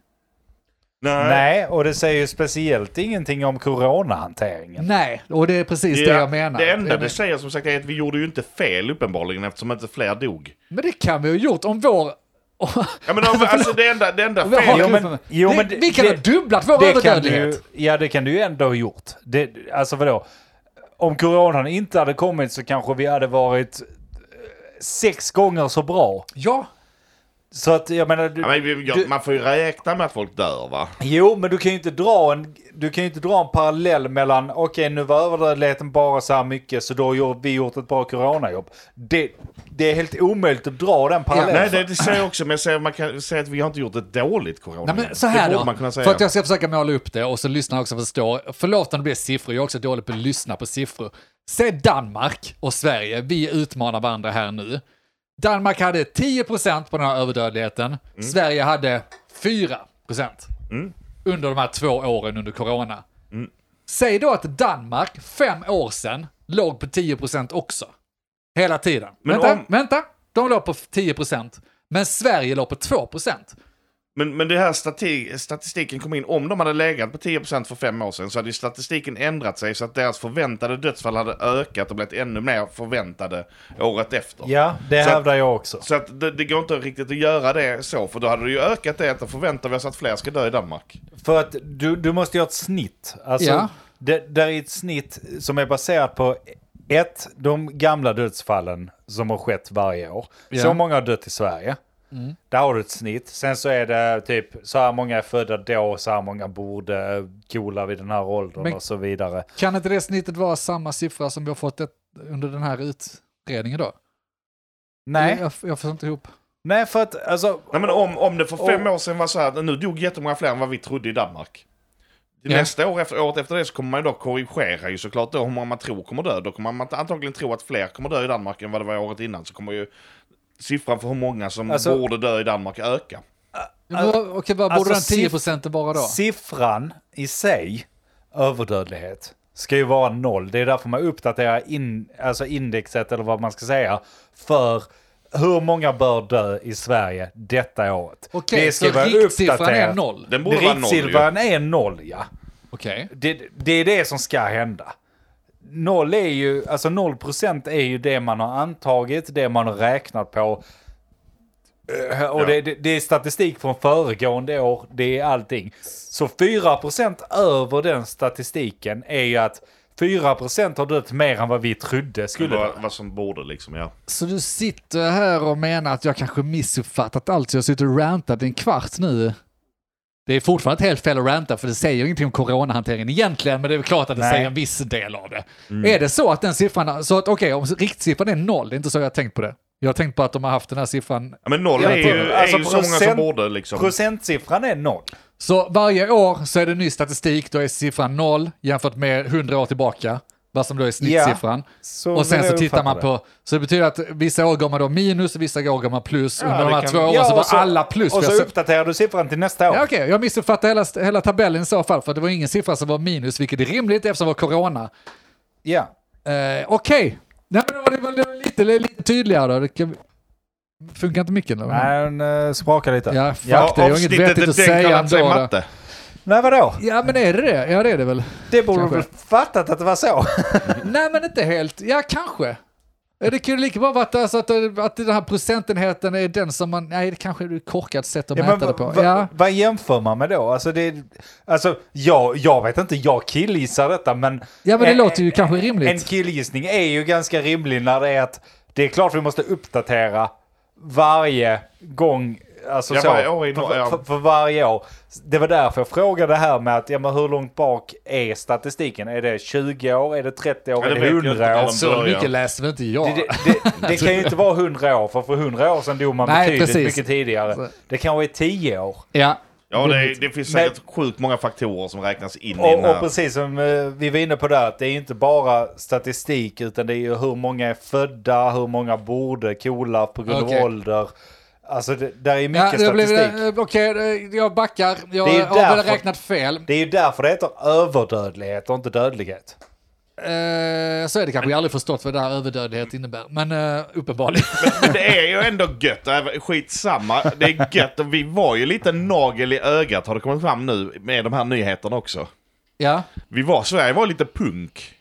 Speaker 4: Nej.
Speaker 1: Nej, och det säger ju speciellt ingenting om coronahanteringen.
Speaker 2: Nej, och det är precis det jag menar.
Speaker 4: det enda det säger som sagt är att vi gjorde ju inte fel uppenbarligen eftersom inte fler dog.
Speaker 2: Men det kan vi ha gjort om vår...
Speaker 4: Ja,
Speaker 1: *laughs*
Speaker 4: men alltså det enda, det enda
Speaker 2: Vi har-
Speaker 4: fel...
Speaker 1: Jo, men- jo,
Speaker 2: Det-
Speaker 1: men det-
Speaker 2: vi kan ha
Speaker 1: det-
Speaker 2: dubblat vår
Speaker 1: Det kan du,
Speaker 2: överdödlighet.
Speaker 1: ja, det kan du ju ändå ha gjort. Det, alltså vadå? Om coronan inte hade kommit så kanske vi hade varit eh, sex gånger så bra.
Speaker 2: Ja,
Speaker 1: Så att jag menar... Du,
Speaker 4: Ja, men, vi- ja,
Speaker 1: du,
Speaker 4: man får ju räkna med att folk dör va?
Speaker 1: Jo, men du kan ju inte dra en, du kan ju inte dra en parallell mellan okej, nu var överdödligheten bara så här mycket så då har gjort- vi gjort ett bra coronajobb. Det, det är helt omöjligt att dra den parallellen.
Speaker 4: Nej, det, det säger jag också, men jag säger, man kan säga att vi har inte gjort ett dåligt corona.
Speaker 2: Nej, men så här
Speaker 4: Mm. det borde
Speaker 2: då,
Speaker 4: man kunna säga.
Speaker 2: för att jag ska försöka måla upp det och så lyssnarna också förstår. Förlåt om det blir siffror, jag är också dålig på att lyssna på siffror. Se Danmark och Sverige, vi utmanar varandra här nu. Danmark hade 10% på den här överdödligheten,
Speaker 4: Mm.
Speaker 2: Sverige hade 4% under de här två åren under corona.
Speaker 4: Mm.
Speaker 2: Säg då att Danmark, fem år sedan, låg på 10% också. Hela tiden.
Speaker 4: Men
Speaker 2: vänta,
Speaker 4: om-
Speaker 2: vänta, de låg på 10%, men Sverige låg på 2%.
Speaker 4: Men, men det här stati- statistiken kom in, om de hade legat på 10% för fem år sedan så hade ju statistiken ändrat sig så att deras förväntade dödsfall hade ökat och blivit ännu mer förväntade året efter.
Speaker 1: Ja, det
Speaker 4: Så att-
Speaker 1: hävdar jag också.
Speaker 4: Så att det, det går inte riktigt att göra det så, för då hade det ju ökat det att då förväntar vi oss att fler ska dö i Danmark.
Speaker 1: För att du, du måste göra ett snitt. Alltså,
Speaker 2: Ja.
Speaker 1: det, där är ett snitt som är baserat på ett, de gamla dödsfallen som har skett varje år.
Speaker 2: Ja. Mm.
Speaker 1: Så många har dött i Sverige. Där har du ett snitt. Sen så är det typ så här många är födda då, så här många borde coola vid den här åldern
Speaker 2: Men-
Speaker 1: och så vidare.
Speaker 2: Kan inte det snittet vara samma siffra som vi har fått ett, under den här utredningen då?
Speaker 1: Nej, Äh,
Speaker 2: Jag, jag får inte ihop.
Speaker 1: nej för att alltså,
Speaker 4: Nej men om, om det för fem
Speaker 1: Och-
Speaker 4: år sedan var så här, att nu dog jättemånga fler än vad vi trodde i Danmark.
Speaker 2: Ja.
Speaker 4: Nästa år, efter, året efter det, så kommer man ju då korrigera ju såklart då hur många man tror kommer dö. Då kommer man antagligen tro att fler kommer dö i Danmark än vad det var året innan. Så kommer ju siffran för hur många som
Speaker 1: Alltså-
Speaker 4: borde dö i Danmark öka.
Speaker 2: Alltså, Okej, vad borde
Speaker 1: alltså,
Speaker 2: den 10
Speaker 1: siff-
Speaker 2: procenten vara då?
Speaker 1: Siffran i sig, överdödlighet, ska ju vara noll. Det är därför man uppdaterar in, alltså indexet, eller vad man ska säga, för hur många bör dö i Sverige detta året.
Speaker 2: Okej,
Speaker 1: det
Speaker 2: så
Speaker 1: vara
Speaker 2: riktsiffran är
Speaker 1: uppdaterat.
Speaker 2: noll.
Speaker 4: Den borde vara noll ju.
Speaker 1: Riktsiffran är noll, ja.
Speaker 2: Okej.
Speaker 1: Det, det är det som ska hända. Noll är ju, alltså noll procent är ju det man har antagit, det man har räknat på. Eh, Och
Speaker 4: Ja.
Speaker 1: det, det, det är statistik från föregående år, det är allting. Så 4 procent över den statistiken är ju att 4 procent har dött mer än vad vi trodde skulle dö.
Speaker 4: Vad, vad som borde liksom, ja.
Speaker 2: Så du sitter här och menar att jag kanske missuppfattat allt, så jag sitter och rantat i en kvart nu. Det är fortfarande ett helt fel att ranta, för det säger ingenting om coronahanteringen egentligen, men det är väl klart att det
Speaker 1: Nej. Mm.
Speaker 2: säger en viss del av det. Är det så att den siffran, så att okej, om riktsiffran är noll, det är inte så jag har tänkt på det. Jag har tänkt på att de har haft den här siffran
Speaker 4: Ja, Men noll
Speaker 1: Ja,
Speaker 4: är ju,
Speaker 1: alltså,
Speaker 4: är ju så många som
Speaker 1: procent-
Speaker 4: borde liksom.
Speaker 1: Procentsiffran är noll.
Speaker 2: Så varje år så är det ny statistik, då är siffran noll jämfört med 100 år tillbaka, vad som då är snittsiffran.
Speaker 1: så
Speaker 2: och sen
Speaker 1: vill
Speaker 2: så
Speaker 1: jag
Speaker 2: tittar man
Speaker 1: uppfatta
Speaker 2: på, så det betyder att vissa år går man då minus och vissa år går man plus. Under de
Speaker 4: det
Speaker 2: här
Speaker 4: kan-
Speaker 2: två åren
Speaker 1: Ja,
Speaker 2: så
Speaker 1: och
Speaker 2: var alla plus.
Speaker 1: Och
Speaker 2: Vi har
Speaker 1: så
Speaker 2: sett-
Speaker 1: uppdaterar du siffran till nästa år.
Speaker 2: Ja, Okej, jag missuppfattade hela, hela tabellen i så fall, för det var ingen siffra som var minus, vilket är rimligt eftersom det var corona.
Speaker 1: Ja.
Speaker 2: Eh, Okej, Nej, men det var- det var, det var lite, lite tydligare då. Det kan... Funkar inte mycket? Nej.
Speaker 1: Nej, den eh, sprakar lite.
Speaker 2: Ja, fuck
Speaker 1: Ja,
Speaker 2: det. Jag har inget
Speaker 4: avsnittet
Speaker 2: vettigt att
Speaker 4: är tänkt
Speaker 2: säga
Speaker 4: att säga
Speaker 2: ändå. då.
Speaker 4: matte.
Speaker 1: Nej, vadå?
Speaker 2: Ja, men är det det? Ja, det är det väl.
Speaker 1: Det borde
Speaker 2: Kanske.
Speaker 1: du väl fattat att det var så?
Speaker 2: Nej, men inte helt. Ja, kanske. Ja, Det kunde lika bra varit alltså att, att den här procentenheten är den som man... Nej, det kanske är ett korkat sätt
Speaker 1: *laughs*
Speaker 2: att
Speaker 1: Ja, men
Speaker 2: mäta det på.
Speaker 1: vad- vad-
Speaker 2: ja.
Speaker 1: Vad jämför man med då? Alltså, det, alltså jag, jag vet inte, jag killgissar detta, men...
Speaker 2: ja, men det
Speaker 1: en-
Speaker 2: låter ju kanske
Speaker 1: En
Speaker 2: rimligt.
Speaker 1: killgissning är ju ganska rimlig när det är att det är klart vi måste uppdatera varje gång, alltså
Speaker 4: Ja,
Speaker 1: så,
Speaker 4: varje år i
Speaker 1: för,
Speaker 4: norr, ja.
Speaker 1: för, för varje år. Det var därför jag frågade här med att, ja men hur långt bak är statistiken? Är det 20 år, är det 30 år,
Speaker 4: Ja, det
Speaker 1: är
Speaker 4: vet
Speaker 1: det
Speaker 4: jag inte
Speaker 1: 100 år?
Speaker 4: heller.
Speaker 2: Så
Speaker 4: börjar.
Speaker 2: mycket läser väl inte jag.
Speaker 1: Det, det, det kan ju inte vara 100 år, för för 100 år sedan dog man
Speaker 2: Nej,
Speaker 1: betydligt
Speaker 2: precis.
Speaker 1: mycket tidigare.
Speaker 2: Så-
Speaker 1: Det kanske är 10 år.
Speaker 2: Ja.
Speaker 4: Ja, det, är- det finns
Speaker 1: Men-
Speaker 4: säkert sjukt många faktorer som räknas in i den
Speaker 1: Och, och
Speaker 4: här.
Speaker 1: precis som eh, vi var inne på där, att det är inte bara statistik utan det är ju hur många är födda, hur många borde coola på grund
Speaker 2: Okej.
Speaker 1: av ålder. Alltså det, där är
Speaker 2: Ja,
Speaker 1: mycket
Speaker 2: det blev,
Speaker 1: statistik.
Speaker 2: eh, Okej, eh, jag backar. Jag
Speaker 1: Det är ju
Speaker 2: har väl
Speaker 1: därför-
Speaker 2: räknat fel.
Speaker 1: Det är ju därför det heter överdödlighet och inte dödlighet.
Speaker 2: Eh, så är det kanske. Jag har aldrig förstått vad det här överdödlighet innebär. Men eh, uppenbarligen.
Speaker 4: Men det är ju ändå gött, även- skitsamma. Det är gött och vi var ju lite nagel i ögat har det kommit fram nu med de här nyheterna också.
Speaker 2: ja.
Speaker 4: Vi var, Sverige var lite punk.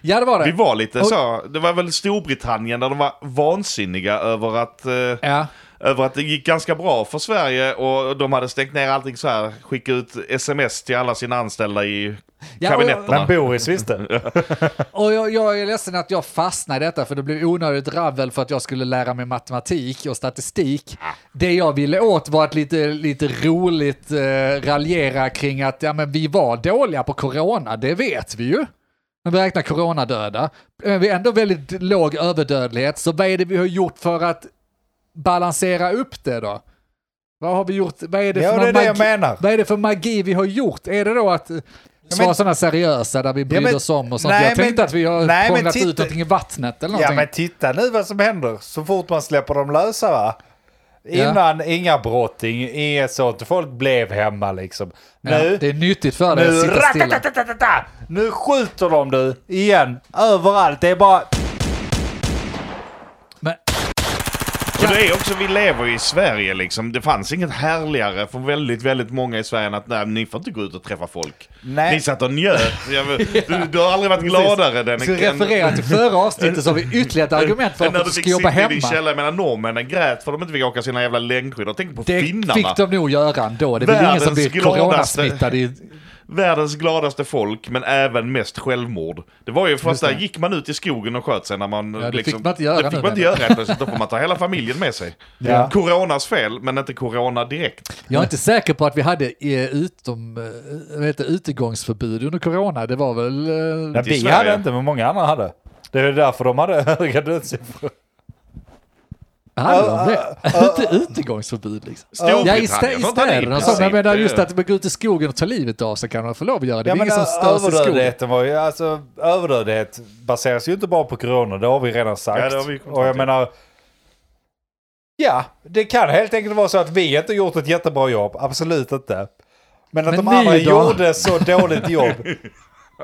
Speaker 2: ja, det var det.
Speaker 4: Vi var lite
Speaker 2: Och-
Speaker 4: så, det var väl Storbritannien där de var vansinniga över att, eh,
Speaker 2: Ja.
Speaker 4: över att det gick ganska bra för Sverige och de hade stängt ner allting så här, skickat ut sms till alla sina anställda i
Speaker 2: Ja, och-
Speaker 4: kabinetterna.
Speaker 1: Men Boris visste.
Speaker 2: Och jag, jag är ledsen att jag fastnade i detta för det blev onödigt ravel för att jag skulle lära mig matematik och statistik.
Speaker 1: Ah.
Speaker 2: Det jag ville åt var att lite, lite roligt eh, raljera kring att ja, men vi var dåliga på corona, det vet vi ju. När vi räknar coronadöda. Men vi är ändå väldigt låg överdödlighet, så vad är det vi har gjort för att balansera upp det då? Vad har vi gjort? Vad är det,
Speaker 1: Ja,
Speaker 2: för,
Speaker 1: det är det jag
Speaker 2: magi-
Speaker 1: menar.
Speaker 2: Vad är det för magi vi har gjort? Är det då att eh,
Speaker 1: men-
Speaker 2: vara sådana seriösa där vi bryr
Speaker 1: Ja, men-
Speaker 2: oss om och sånt?
Speaker 1: nej,
Speaker 2: jag
Speaker 1: men-
Speaker 2: tänkte att vi har
Speaker 1: nej, men
Speaker 2: prånglat
Speaker 1: titta-
Speaker 2: ut någonting i vattnet eller
Speaker 1: Ja
Speaker 2: någonting.
Speaker 1: men titta nu vad som händer så fort man släpper dem lösa va. Innan inga brotting, inget sånt. Folk blev hemma liksom.
Speaker 2: ja,
Speaker 1: Nu,
Speaker 2: det är nyttigt för dig
Speaker 1: nu,
Speaker 2: att sitta stilla.
Speaker 1: ratatatatata! nu skjuter de du igen. Överallt. Det är bara...
Speaker 2: Men,
Speaker 4: Och det är också, vi lever i Sverige liksom. Det fanns inget härligare för väldigt, väldigt många i Sverige än att nej, ni får inte gå ut och träffa folk.
Speaker 1: Nej.
Speaker 4: Ni satt och njöt. Jag, du, du har aldrig varit gladare
Speaker 2: gladare
Speaker 4: den
Speaker 2: ska vi referera till förra avsnittet så har vi ytterligare ett argument för att
Speaker 4: när
Speaker 2: man
Speaker 4: du fick
Speaker 2: ska jobba
Speaker 4: sitta i din
Speaker 2: hemma.
Speaker 4: källare medan norrmännen grät för de inte fick åka sina jävla längdskidor. Tänk på
Speaker 2: Det
Speaker 4: finnarna.
Speaker 2: fick de nog göra ändå. Det är väl ingen som
Speaker 4: Världens
Speaker 2: blir
Speaker 4: gladaste-
Speaker 2: coronasmittad i...
Speaker 4: Världens gladaste folk, men även mest självmord. Det var ju för att
Speaker 2: Just det.
Speaker 4: där gick man ut i skogen och sköt sig när man... liksom-
Speaker 2: det fick man inte göra
Speaker 4: Det
Speaker 2: nu,
Speaker 4: fick man inte
Speaker 2: menar
Speaker 4: göra helt plötsligt. Då får man ta hela familjen med sig.
Speaker 1: Ja.
Speaker 4: Coronas fel, men inte corona direkt.
Speaker 2: Jag är inte säker på att vi hade eh, utom, eh, vad heter, det, utegångsförbud under corona. Det var väl... eh,
Speaker 1: Nej, vi
Speaker 4: Sverige.
Speaker 1: hade inte men många andra hade. Det är därför de hade *laughs* höga dödssiffror.
Speaker 2: Handlar det om det? Inte utegångsförbud liksom. Ja, i, stä- i
Speaker 4: sånt hade
Speaker 2: städerna och så,
Speaker 4: princip,
Speaker 2: men jag menar just
Speaker 4: eh,
Speaker 2: att man går ut i skogen och tar livet av sig kan man få lov att göra. Det
Speaker 1: Ja,
Speaker 2: är
Speaker 1: men
Speaker 2: ingen som stör sig i skogen.
Speaker 1: överdödligheten var ju, alltså överdödlighet baseras ju inte bara på corona, det har vi redan sagt.
Speaker 4: Ja, det har vi ju kommit
Speaker 1: och jag
Speaker 4: fram till.
Speaker 1: menar, ja, det kan helt enkelt vara så att vi inte gjort ett jättebra jobb, absolut inte. Men att
Speaker 2: Men
Speaker 1: de
Speaker 2: ni
Speaker 1: andra
Speaker 2: då?
Speaker 1: gjorde så dåligt jobb.
Speaker 4: *laughs*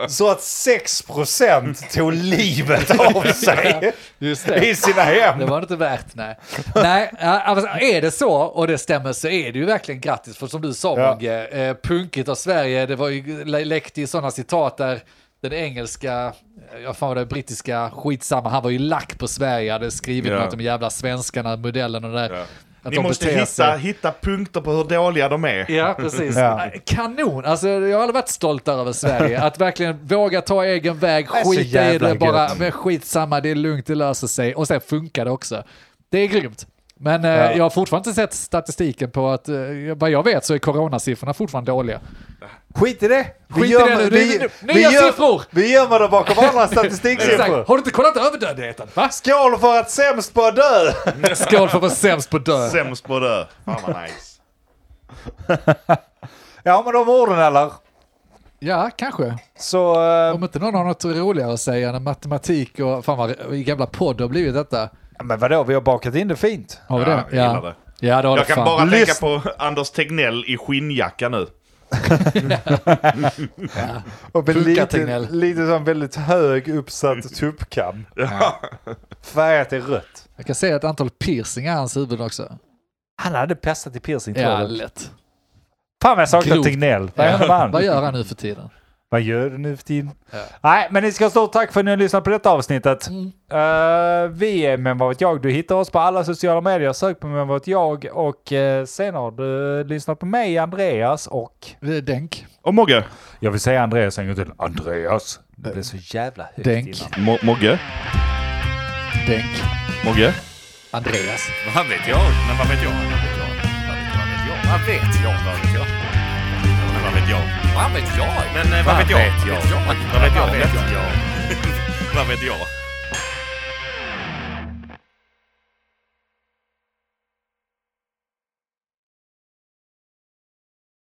Speaker 1: Så att 6% tog livet av sig
Speaker 2: *laughs* Just
Speaker 1: i
Speaker 2: det.
Speaker 1: sina
Speaker 2: Det
Speaker 1: hem.
Speaker 2: var inte värt, nej. nej, ja, alltså, är det så, och det stämmer, så är det ju verkligen grattis. För som du sa,
Speaker 1: Ja.
Speaker 2: Mogge, eh, punket av Sverige, det var ju lä- läckt i sådana citat där den engelska, eh, ja fan var det brittiska, skitsamma, han var ju lack på Sverige, hade skrivit
Speaker 4: Ja.
Speaker 2: något om jävla svenskarna, modellen och det där.
Speaker 4: Ja.
Speaker 2: Att
Speaker 4: Ni
Speaker 2: de
Speaker 4: måste
Speaker 2: beter
Speaker 4: hitta,
Speaker 2: sig-
Speaker 4: hitta punkter på hur dåliga de är.
Speaker 2: Ja, precis.
Speaker 1: Ja.
Speaker 2: Kanon! Alltså, jag har aldrig varit stoltare
Speaker 1: *laughs*
Speaker 2: över Sverige. Att verkligen våga ta egen väg,
Speaker 1: är så
Speaker 2: skita i
Speaker 1: jävla
Speaker 2: det bara.
Speaker 1: gött.
Speaker 2: Men skitsamma, det är lugnt, det löser sig. Och sen funkar det också. Det är grymt. Men eh,
Speaker 1: Ja.
Speaker 2: jag har fortfarande inte sett statistiken på att, eh, vad jag vet så är coronasiffrorna fortfarande dåliga.
Speaker 1: Skit i det!
Speaker 2: Skit i det nu, nu- nu- nya siffror!
Speaker 1: Vi gömmer det bakom *laughs* andra statistiksiffror.
Speaker 2: Exakt. Har du inte kollat överdödligheten? Va?
Speaker 1: Skål för att sämst på att dö!
Speaker 2: Skål för att vara sämst på död.
Speaker 4: Sämst på det. Fan vad nice.
Speaker 1: Ja, men de orden eller?
Speaker 2: Ja, kanske.
Speaker 1: Så... eh,
Speaker 2: Om inte någon har något roligare att säga än matematik och fan vad gamla podd har blivit detta.
Speaker 1: Men vadå, vi har bakat in det fint.
Speaker 2: Har vi
Speaker 4: Ja,
Speaker 2: det?
Speaker 4: jag gillar det.
Speaker 2: Ja, det har
Speaker 4: Jag
Speaker 2: det
Speaker 4: kan
Speaker 2: fan.
Speaker 4: bara tänka
Speaker 1: Lyssna-
Speaker 4: på Anders Tegnell i skinnjacka nu.
Speaker 1: Och med
Speaker 2: Punka
Speaker 1: lite,
Speaker 2: Tegnell.
Speaker 1: lite sån väldigt hög uppsatt tuppkam. Färgat i rött.
Speaker 2: Jag kan säga ett antal piercingar i hans huvud också.
Speaker 1: Han hade pestat i piercing tror
Speaker 2: Ja,
Speaker 1: jag.
Speaker 2: lätt.
Speaker 1: Fan vad jag saknar
Speaker 2: Grovt.
Speaker 1: Tegnell. Vad hände med han?
Speaker 2: Vad gör han nu för tiden?
Speaker 1: Vad gör du nu för tiden? Nej, men ni ska ha stort tack för att ni har lyssnat på detta avsnittet.
Speaker 2: Mm.
Speaker 1: Eh, vi är Men vad vet jag? Du hittar oss på alla sociala medier. Sök på Men vad vet jag? Och eh, sen har du lyssnat på mig, Andreas och...
Speaker 2: Det är Denk.
Speaker 4: *laughs* Och Mogge.
Speaker 1: Jag vill säga Andreas en gång till. Andreas. Det blev så jävla högt
Speaker 2: Denk.
Speaker 1: innan.
Speaker 4: Mo- Mogge.
Speaker 2: Denk.
Speaker 4: Mogge.
Speaker 2: Andreas.
Speaker 3: Vad vet jag? Men vad vet jag? Vad vet jag? Vad vet jag? Men vad vet jag? eh, Vad vet jag? Men vad vet jag? Vad vet jag? Vad vet jag? Vad vet jag?